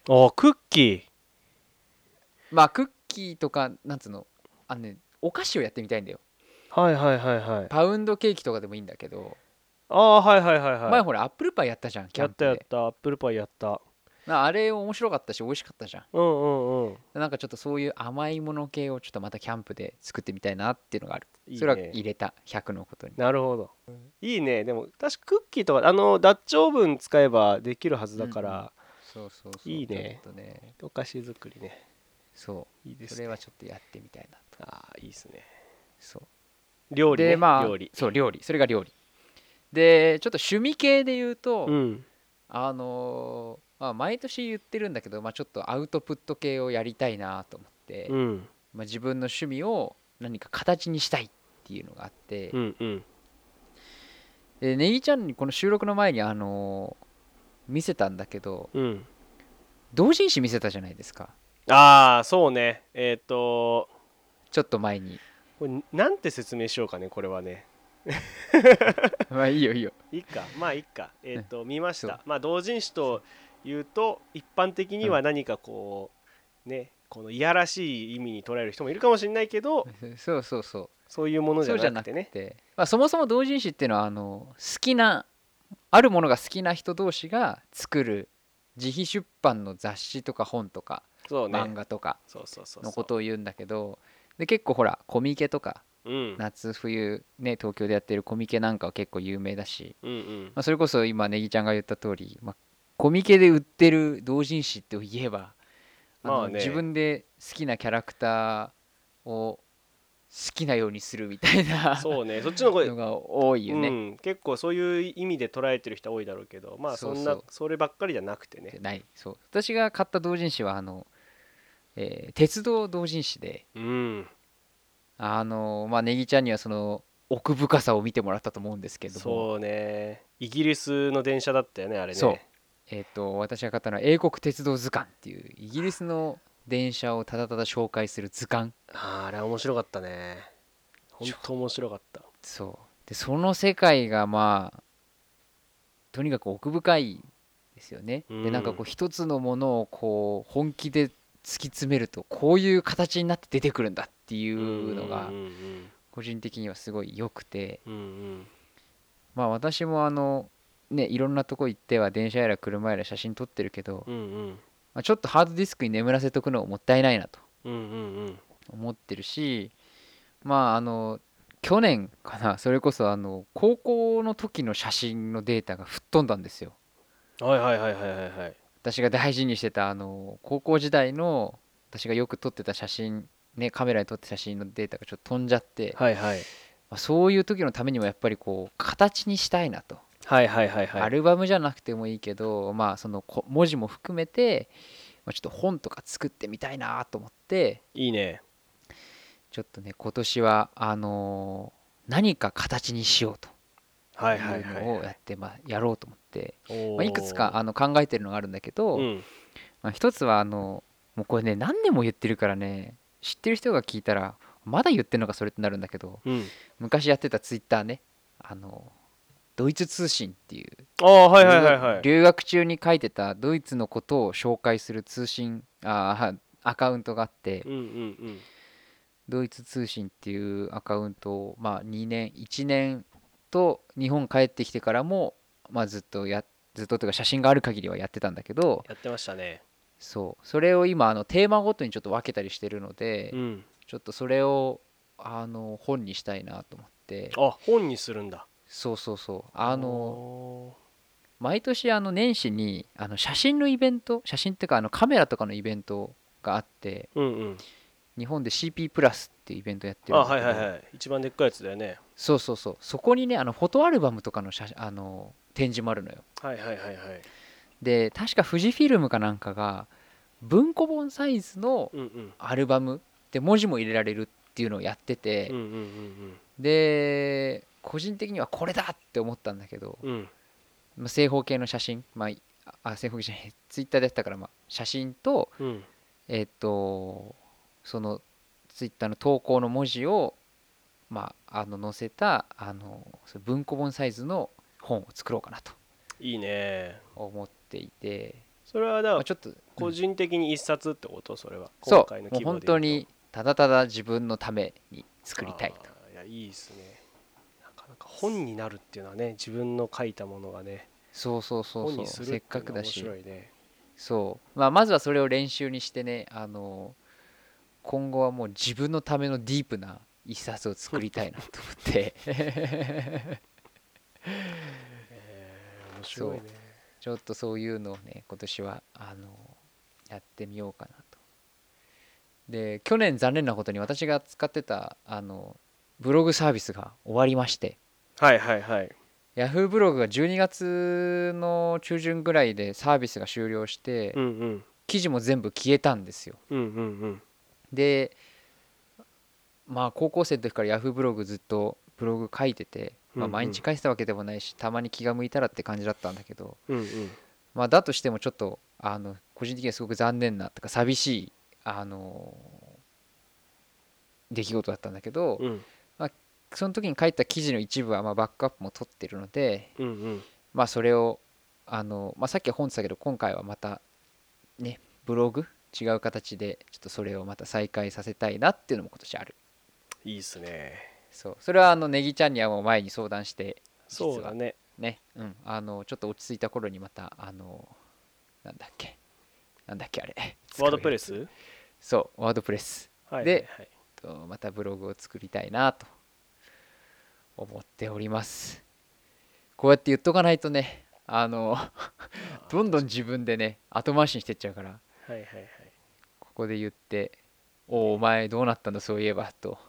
S1: あクッキー
S2: まあクッキーとかなんつうのあのねお菓子をやってみたいんだよ
S1: はいはいはいはい
S2: パウンドケーキとかでもいいんだけど、
S1: ああはいはいはいはい
S2: 前ほらアップルパイやったじゃんキ
S1: や
S2: ャ
S1: っ
S2: ンプ
S1: た
S2: で
S1: やったアップルパイやった
S2: なあれ面白かったし美味しかったじゃ
S1: うんうんうん
S2: んなんかちょっとそういう甘いもの系をちょっとまたキャンプで作ってみたいなっていうのがある
S1: いいね
S2: それは入れた100のことに
S1: なるほど、いいねでも確かクッキーとかあのダッチオーブン使えばできるはずだから、
S2: そうそうそう
S1: いいね
S2: ちょっとね
S1: お菓子作りね
S2: そ
S1: いいで
S2: う
S1: す
S2: そ
S1: ね
S2: れはちょっとやってみたいなと
S1: あーいいですね
S2: そう
S1: 料理、ね、
S2: でまあ
S1: 料理
S2: そう料理それが料理でちょっと趣味系で言うと、
S1: うん
S2: あのーまあ、毎年言ってるんだけど、まあ、ちょっとアウトプット系をやりたいなと思って、
S1: うん
S2: まあ、自分の趣味を何か形にしたいっていうのがあって、
S1: うんうん
S2: でネギちゃんにこの収録の前に、あのー見せたんだけど
S1: うん
S2: 同人誌見せたじゃないですか
S1: ああそうねえっ、と
S2: ちょっと前に
S1: これなんて説明しようかねこれはね
S2: まあいいよいいよ
S1: いいかまあいいかえっ、と見まし
S2: そう
S1: たまあ同人誌というと一般的には何かこう、ねこのいやらしい意味に捉える人もいるかもしれないけど
S2: そうそうそう
S1: そういうものじ
S2: そ
S1: ゃ
S2: うじゃ
S1: な
S2: な
S1: く
S2: く
S1: て
S2: て
S1: ね
S2: まあ、そもそも同人誌っていうのはあの好きなあるものが好きな人同士が作る自費出版の雑誌とか本とか
S1: そうね
S2: 漫画とか
S1: そうそうそうそう
S2: のことを言うんだけどで結構ほらコミケとか
S1: うん
S2: 夏冬ね東京でやってるコミケなんかは結構有名だし、
S1: うんうん
S2: まあ、それこそ今ネギちゃんが言った通り、まあ、コミケで売ってる同人誌といえばあの
S1: まあね
S2: 自分で好きなキャラクターを好きなようにするみたいな
S1: そうねそっちの
S2: の
S1: 声
S2: が多いよ
S1: う
S2: ね。
S1: ん、結構そういう意味で捉えてる人は多いだろうけどまあそ
S2: そ
S1: ん
S2: う
S1: な
S2: そ
S1: そうればっかりじゃなくて
S2: って
S1: ね
S2: ないそう私が買った同人誌はあの、えー鉄道同人誌で
S1: うん
S2: あのまあネギちゃんにはその奥深さを見てもらったと思うんですけども
S1: そうねイギリスの電車だったよねあれね
S2: そうえー、と私が買ったのは英国鉄道図鑑っていうイギリスの電車をただただ紹介する図鑑
S1: あーあれ面白かったね本当面白かった
S2: そうでその世界がまあとにかく奥深いですよね。
S1: う
S2: で
S1: ん
S2: なんかこう一つのものをこう本気で突き詰めるとこういう形になって出てくるんだっていうのが
S1: うんうん
S2: 個人的にはすごい良くて
S1: うんうん
S2: まあ私もあのねいろんなとこ行っては電車やら車やら写真撮ってるけど
S1: うんうん
S2: まあちょっとハードディスクに眠らせとくのももったいないなと
S1: うんうん
S2: 思ってるしまああの去年かなそれこそあの高校の時の写真のデータが吹っ飛んだんですよ。
S1: うんはいはいはいはいはいはい
S2: 私が大事にしてたあの高校時代の私がよく撮ってた写真ねカメラで撮ってた写真のデータがちょっと飛んじゃって、
S1: はいはい
S2: まあ、そういう時のためにもやっぱりこう形にしたいなと、
S1: はいはいはいはい
S2: アルバムじゃなくてもいいけどまあそのこ文字も含めて、まあ、ちょっと本とか作ってみたいなと思って
S1: いいね
S2: ちょっとね今年はあのー何か形にしようと
S1: はいいはいうはい
S2: のをやって、まあ、やろうと思って、ま
S1: ま
S2: あ、いくつかあの考えてるのがあるんだけど、
S1: うん
S2: まあ、一つはあのもうこれね何年も言ってるからね知ってる人が聞いたらまだ言ってんのかそれってなるんだけど
S1: うん
S2: 昔やってたツイッターねあのドイツ通信っていう、
S1: ああはいはいはいはい
S2: 留学中に書いてたドイツのことを紹介する通信あーアカウントがあって
S1: うんうん
S2: ドイツ通信っていうアカウントを、まあ、2年1年と日本帰ってきてからも、まあ、ずっとやずっとというか写真がある限りはやってたんだけど
S1: やってましたね
S2: そうそれを今あのテーマごとにちょっと分けたりしてるので、
S1: うん
S2: ちょっとそれをあの本にしたいなと思って
S1: あ本にするんだ
S2: そうそうそうあの
S1: の
S2: 毎年あの年始にあの写真のイベント写真っていうかあのカメラとかのイベントがあって
S1: うんうん
S2: 日本で CP プラスっていうイベントやって
S1: あ
S2: るんだ
S1: は
S2: け
S1: い
S2: ど、
S1: はいはい一番でっかいやつだよね
S2: そうそうそうそこにねあのフォトアルバムとかの写あの展示もあるのよ
S1: はいはいはいはい
S2: で確か富士フィルムかなんかが文庫本サイズの
S1: うんうん
S2: アルバムで文字も入れられるっていうのをやってて、
S1: うんうん
S2: で個人的にはこれだって思ったんだけど、
S1: うんうん
S2: まあ、正方形の写真、まあ、あ正方形じゃないツイッターでやってたから、まあ、写真と
S1: うん
S2: えっ、とそのツイッターの投稿の文字を、まあ、あの載せたあのその文庫本サイズの本を作ろうかなと
S1: いいね
S2: 思っていて、
S1: それはだ
S2: ま
S1: か
S2: あ、
S1: ら
S2: ちょっと、うん
S1: 個人的に一冊ってことそれは今
S2: そ
S1: 回
S2: う
S1: の
S2: もう
S1: 規模
S2: 本
S1: で言
S2: 当
S1: うと
S2: にただただ自分のために作りたいと
S1: あーいやいいですねなかなか本になるっていうのはね自分の書いたものがね
S2: そうそうそう
S1: 本
S2: そう
S1: にする
S2: せ
S1: っ
S2: って
S1: い
S2: か
S1: うの
S2: く
S1: は
S2: だ
S1: 面
S2: し
S1: 白いね
S2: そう、まあ、まずはそれを練習にしてねあの今後はもう自分のためのディープな一冊を作りたいなと思って
S1: えー面白いね
S2: ちょっとそういうのをね今年はあのやってみようかなとで去年残念なことに私が使ってたあのブログサービスが終わりまして
S1: はいはいはい
S2: Yahoo ブログが12月の中旬ぐらいでサービスが終了して、
S1: うんうん
S2: 記事も全部消えたんですよ
S1: うんうんうん
S2: でまあ高校生の時からヤフーブログずっとブログ書いてて、
S1: うん
S2: まあ、
S1: うん
S2: 毎日書いてたわけでもないしたまに気が向いたらって感じだったんだけど、
S1: うんうん
S2: まあ、だとしてもちょっとあの個人的にはすごく残念なとか寂しいあの出来事だったんだけど
S1: うん
S2: その時に書いた記事の一部はまあバックアップも取ってるので、
S1: うんうん
S2: まあ、それをあの、まあ、さっきは本ってたけど今回はまたねブログ違う形でちょっとそれをまた再開させたいなっていうのも今年ある。
S1: いいっすね
S2: そうそれはあのネギちゃんにはもう前に相談して
S1: そうだね
S2: ね、うん、あのちょっと落ち着いた頃にまたあのなんだっけなんだっけあれ
S1: ワードプレ
S2: ス
S1: ス
S2: そうワードプレス
S1: はいはい
S2: で
S1: はい
S2: とまたブログを作りたいなと思っておりますこうやって言っとかないとね あのどんどん自分でね後回しにしてっちゃうから
S1: はいはいはい
S2: ここで言って「おうお前どうなったんだそういえば」と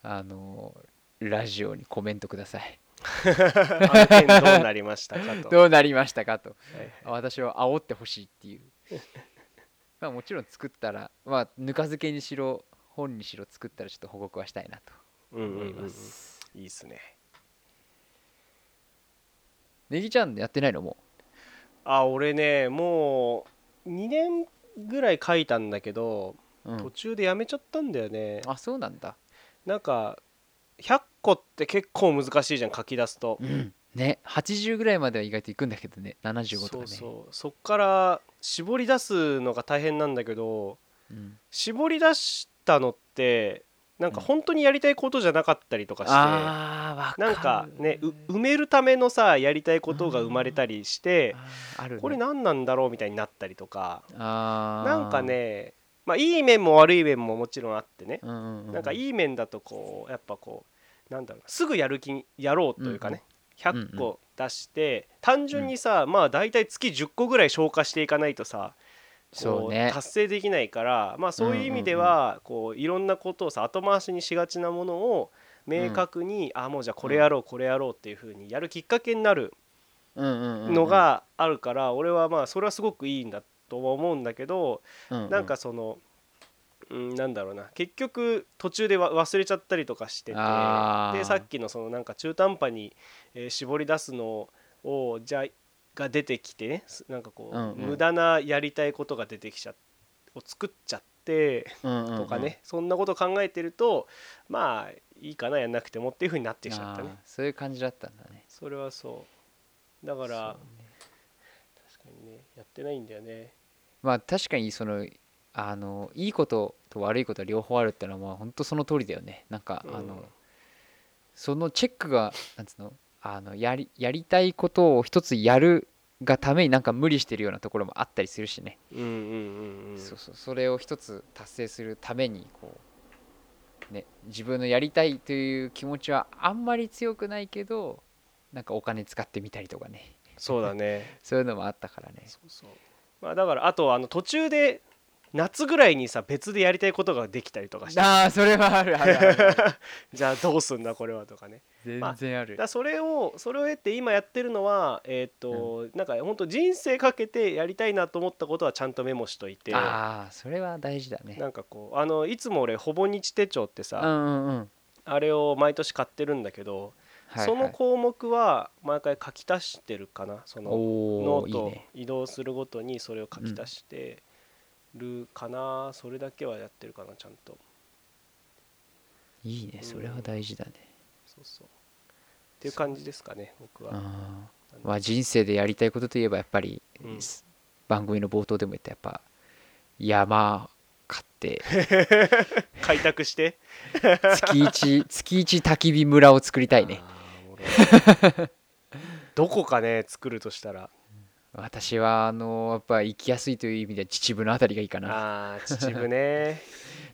S2: あのラジオにコメントください
S1: あの件どうなりましたかと
S2: どうなりましたかと
S1: はい
S2: 私を煽ってほしいっていうまあもちろん作ったらまあぬか漬けにしろ本にしろ作ったらちょっと報告はしたいなと
S1: うんうん
S2: 思い
S1: うんうん
S2: ます、
S1: いいっすね
S2: ネギちゃんやってないのも
S1: あ俺ねもう2年ぐらい書いたんだけど
S2: う、うん
S1: 途中でやめちゃったんだよね
S2: あそうなんだ
S1: なんか100個って結構難しいじゃん書き出すと
S2: んね80ぐらいまでは意外といくんだけどね75とか
S1: そ
S2: ね
S1: うそうそっから絞り出すのが大変なんだけど
S2: うん
S1: 絞り出したのってなんか本当にやりたいことじゃなかったりとかして、
S2: あーわかる
S1: なんかねう埋めるためのさやりたいことが生まれたりして
S2: あーあるね
S1: これ何なんだろうみたいになったりとか
S2: あー
S1: なんかねまあいい面も悪い面ももちろんあってね
S2: うんうんうん
S1: なんかいい面だとこうやっぱこうなんだろうなすぐやる気にやろうというかね100個出して単純にさまあ大体月10個ぐらい消化していかないとさ
S2: そ
S1: こう
S2: うね
S1: 達成できないからまあそういう意味ではこういろんなことをさ後回しにしがちなものを明確にあもうじゃあこれやろうこれやろうっていう風にやるきっかけになるの
S2: の、
S1: があるから俺はまあそれはすごくいいんだとは思うんだけどなんかそのうんなんだろうな結局途中でわ忘れちゃったりとかしててで
S2: あー
S1: さっきのそのなんか中途半端にえー絞り出すのをじゃが出てきてねすなんかこ
S2: うん
S1: う
S2: うん
S1: 無駄なやりたいことが出てきちゃを作っちゃってと
S2: と
S1: かねそんなこと考えてるとまあいいかなやんなくてもっていう風になってきちゃったね
S2: そういう感じだったんだね
S1: それはそうだから
S2: そうね
S1: 確かにねやってないんだよね
S2: まあ確かにそのあのいいことと悪いことは両方あるってのはまあ本当その通りだよねなんか、
S1: うん
S2: あのそのチェックがなんつうのあのやりやりたいことを一つやるがためになんか無理してるようなところもあったりするしね、
S1: うんうんうんうん
S2: そうそうそれを一つ達成するためにこう、ね、自分のやりたいという気持ちはあんまり強くないけどなんかお金使ってみたりとかね
S1: そうだね
S2: そういうのもあったからね
S1: そうそうまあだからあとはあの途中で夏ぐらいにさ別でやりたいことができたりとかして
S2: ああそれはあるあるあ るある
S1: じゃあどうすんだこれはとかね
S2: 全
S1: まあ
S2: 然ある
S1: だからそれをそれを得て今やってるのはえーっと、なんか本当人生かけてやりたいなと思ったことはちゃんとメモしといてな
S2: ああそれは大事だね
S1: んかこうあのいつも俺ほぼ日手帳って
S2: う
S1: さ、
S2: んうんうん
S1: あれを毎年買ってるんだけど、
S2: はいはい
S1: その項目は毎回書き足してるかなその
S2: お
S1: ノ
S2: お
S1: ー
S2: いい
S1: トを
S2: ね
S1: 移動するごとにそれを書き足してるかな、それだけはやってるかなちゃんと
S2: いいねそれは大事だね
S1: そうそうっていう感じですかね僕は、
S2: あーまあ人生でやりたいことといえばやっぱり、
S1: うん
S2: 番組の冒頭でも言ったやっぱ山買って
S1: 開拓して
S2: 月一月一焚き火村を作りたいね
S1: あーおもろい どこかね作るとしたら
S2: 私はあのやっぱ行きやすいという意味では秩父のあたりがいいかな
S1: あー秩父 ね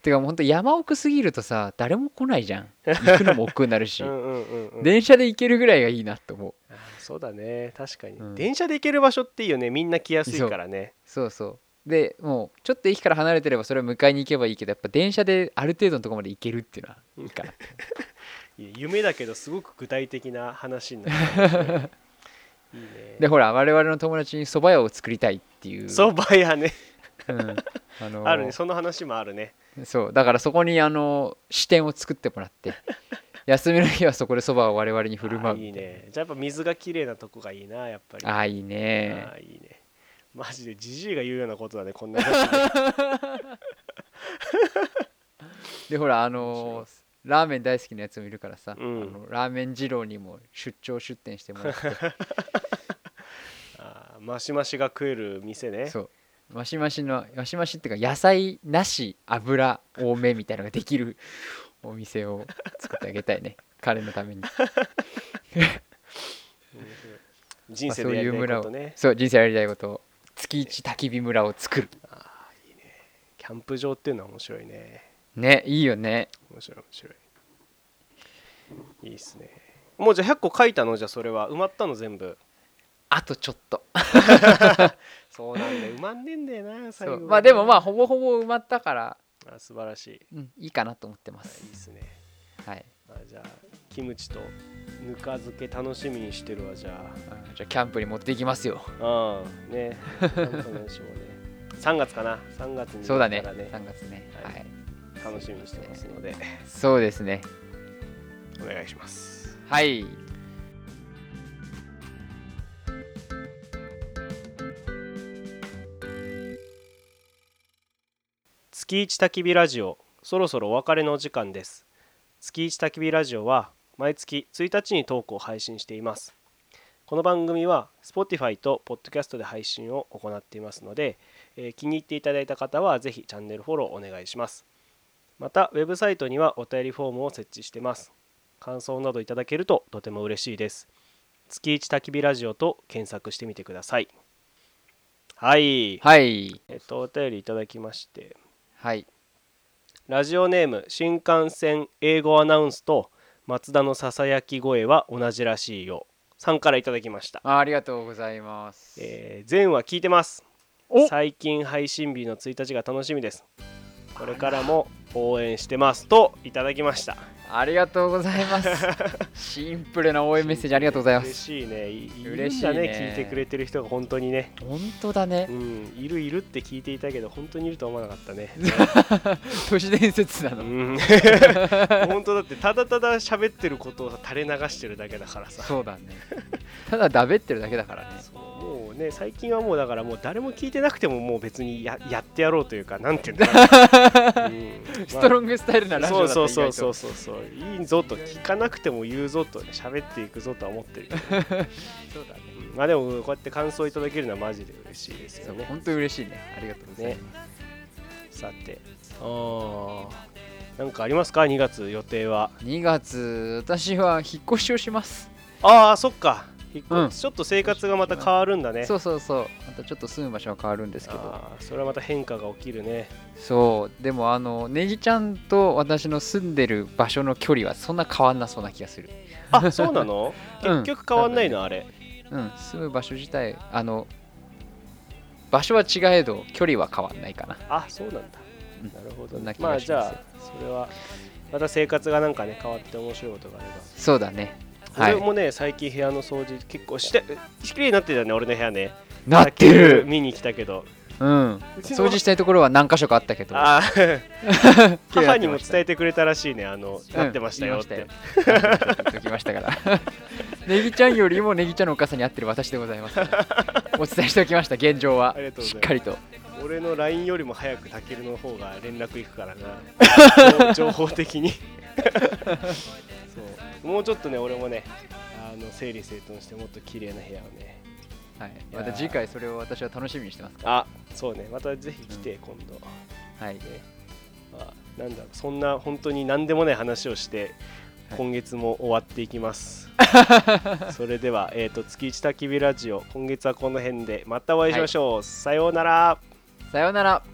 S2: てかもうほんと山奥すぎるとさ誰も来ないじ ゃん行くのも億劫になるし、
S1: うんうんうん、うん、
S2: 電車で行けるぐらいがいいなと思う
S1: あーそうだね確かに、
S2: うん
S1: 電車で行ける場所っていいよねみんな来やすいからね
S2: そうそうでもうちょっと駅から離れてればそれを迎えに行けばいいけどやっぱ電車である程度のところまで行けるっていうのはい いかない
S1: や夢だけどすごく具体的な話にな るいいね
S2: でほら我々の友達に蕎麦屋を作りたいっていう
S1: そば屋ね
S2: うん、あ の
S1: あるねその話もあるね
S2: そうだからそこにあの支店を作ってもらって 休みの日はそこで蕎麦を我々に振る
S1: あ
S2: 舞う
S1: ーいい
S2: みたいな
S1: ねじゃあやっぱ水がきれいなとこがいいなやっぱり
S2: あーいいね
S1: あーいいねマジでジジイが言うようなことだねこんな 話
S2: でほらあのラーメン大好きなやつもいるからさ、
S1: うん
S2: あのラーメン二郎にも出張出店してもらって
S1: あーマシマシが食える店ね
S2: そうマシマシのマシマシっていうか野菜なし油多めみたいなのがで きるお店を作ってあげたいね彼の ために
S1: 面白い人生でやりたいことね
S2: そう人生やりたいことを月一焚き火村を作る
S1: キャンプ場っていうのは面白いね
S2: ねいいよね
S1: 面白い面白いいいっすねもうじゃあ100個書いたのじゃあそれは埋まったの全部
S2: あとちょっと
S1: そうなんだよ埋まんねえんだよな最
S2: そ
S1: 後
S2: うまあでもま
S1: あ
S2: あほぼほぼ埋まったから、
S1: ー素晴らしい
S2: うん、いいかなと思ってま
S1: い
S2: す
S1: いっすね
S2: はい
S1: あじゃあキムチとぬか漬け楽しみにしてるわじゃ
S2: あじゃあキャンプに持っていきますよ
S1: あうんねなんとなんで しょうね3月かな3月に
S2: そうだね
S1: からね
S2: 3月ね
S1: は
S2: はいい
S1: 楽しみにしてますので
S2: そうですね
S1: お願いします
S2: はい
S1: 月一焚き火ラジオそろそろお別れのお時間です月一焚き火ラジオは毎月1日にトークを配信していますこの番組は Spotify と Podcast で配信を行っていますので、えー気に入っていただいた方はぜひチャンネルフォローお願いしますまたウェブサイトにはお便りフォームを設置してます感想などいただけるととても嬉しいです月一焚き火ラジオと検索してみてくださいはい、
S2: はい
S1: えっとお便りいただきまして
S2: はい
S1: ラジオネーム新幹線英語アナウンスと松田のささやき声は同じらしいよさんからいただきました、
S2: あありがとうございます、
S1: えー前は聞いてます
S2: お
S1: 最近配信日の1日が楽しみですこれからも応援してますといただきました
S2: ありがとうござい ますシンプルな応援メッセージありがとうございます
S1: 嬉しいねいいる
S2: 嬉
S1: ん
S2: しいね
S1: だね聞いてくれてる人が本当にね
S2: 本当だね
S1: うんいるいるって聞いていたけど本当にいるとは思わなかったね
S2: 都市伝説な
S1: う
S2: の
S1: ん本当だってただただ喋ってることをさ垂れ流してるだけだからさ
S2: そうだねただだべってるだけだからね
S1: そうもうね最近はもうだからもう誰も聞いてなくてももう別にややってやろうというかなんて言うんだ ろう、うん
S2: ストロングスタイルなラジ
S1: そ
S2: オ
S1: う
S2: だ
S1: そう
S2: った
S1: そうそうそ
S2: そ
S1: うそういいぞと聞かなくても言うぞと喋っていくぞとは思ってるけど、
S2: そうだね
S1: うんまあでもこうやって感想いただけるのはマジで嬉しいですよね
S2: 本当嬉しいねありがとうございます、
S1: さてあーなんかありますか2月予定は
S2: 2月私は引っ越しをします、
S1: ああそっか引っ越
S2: うん
S1: ちょっと生活がまた変わるんだね
S2: そうそうそうまたちょっと住む場所は変わるんですけど
S1: あーそれはまた変化が起きるね
S2: そうでもあのネギちゃんと私の住んでる場所の距離はそんな変わんなそうな気がする
S1: あそうなの
S2: うん
S1: 結局変わんないの、あれ
S2: うん住む場所自体あの場所は違えど距離は変わんないかな
S1: あそうなんだ
S2: うん
S1: なるほ
S2: そ
S1: ど
S2: ん
S1: ね、
S2: な気
S1: まあ
S2: がし
S1: じ
S2: ま
S1: ゃ
S2: す
S1: あそれはまた生活がなんかね変わって面白いことがあれば
S2: そうだねは
S1: 俺
S2: い
S1: もね最近部屋の掃除結構してきれいになってたよね俺の部屋ね
S2: なっ
S1: さ
S2: て
S1: っき
S2: る
S1: 見に来たけど
S2: うん掃除したいところは何箇所かあったけど
S1: あー
S2: 綺麗になってました
S1: 母にも伝えてくれたらしいねあの
S2: うん
S1: なってましたよって、
S2: 言いましたよ言っときましたから ネギちゃんよりもネギちゃんのお母さんに合ってる私でございます、お伝えしておきました現状は
S1: ありがとうござ
S2: し
S1: います
S2: っかりと
S1: 俺の LINE よりも早くたけるの方が連絡いくからな情報的にそうもうちょっとね俺もねあの整理整頓してもっと綺麗な部屋をね
S2: はい、
S1: いや
S2: ま
S1: ー
S2: た次回それを私は楽しみにしてますか
S1: あそうねまたぜひ来て、今度
S2: らはい
S1: まあ、なんだろうそんな本当に何でもない話をして、
S2: はい
S1: 今月も終わっていきますそれでは、えー、と月一たきびラジオ今月はこの辺でまたお会いしましょう、さようなら
S2: さようなら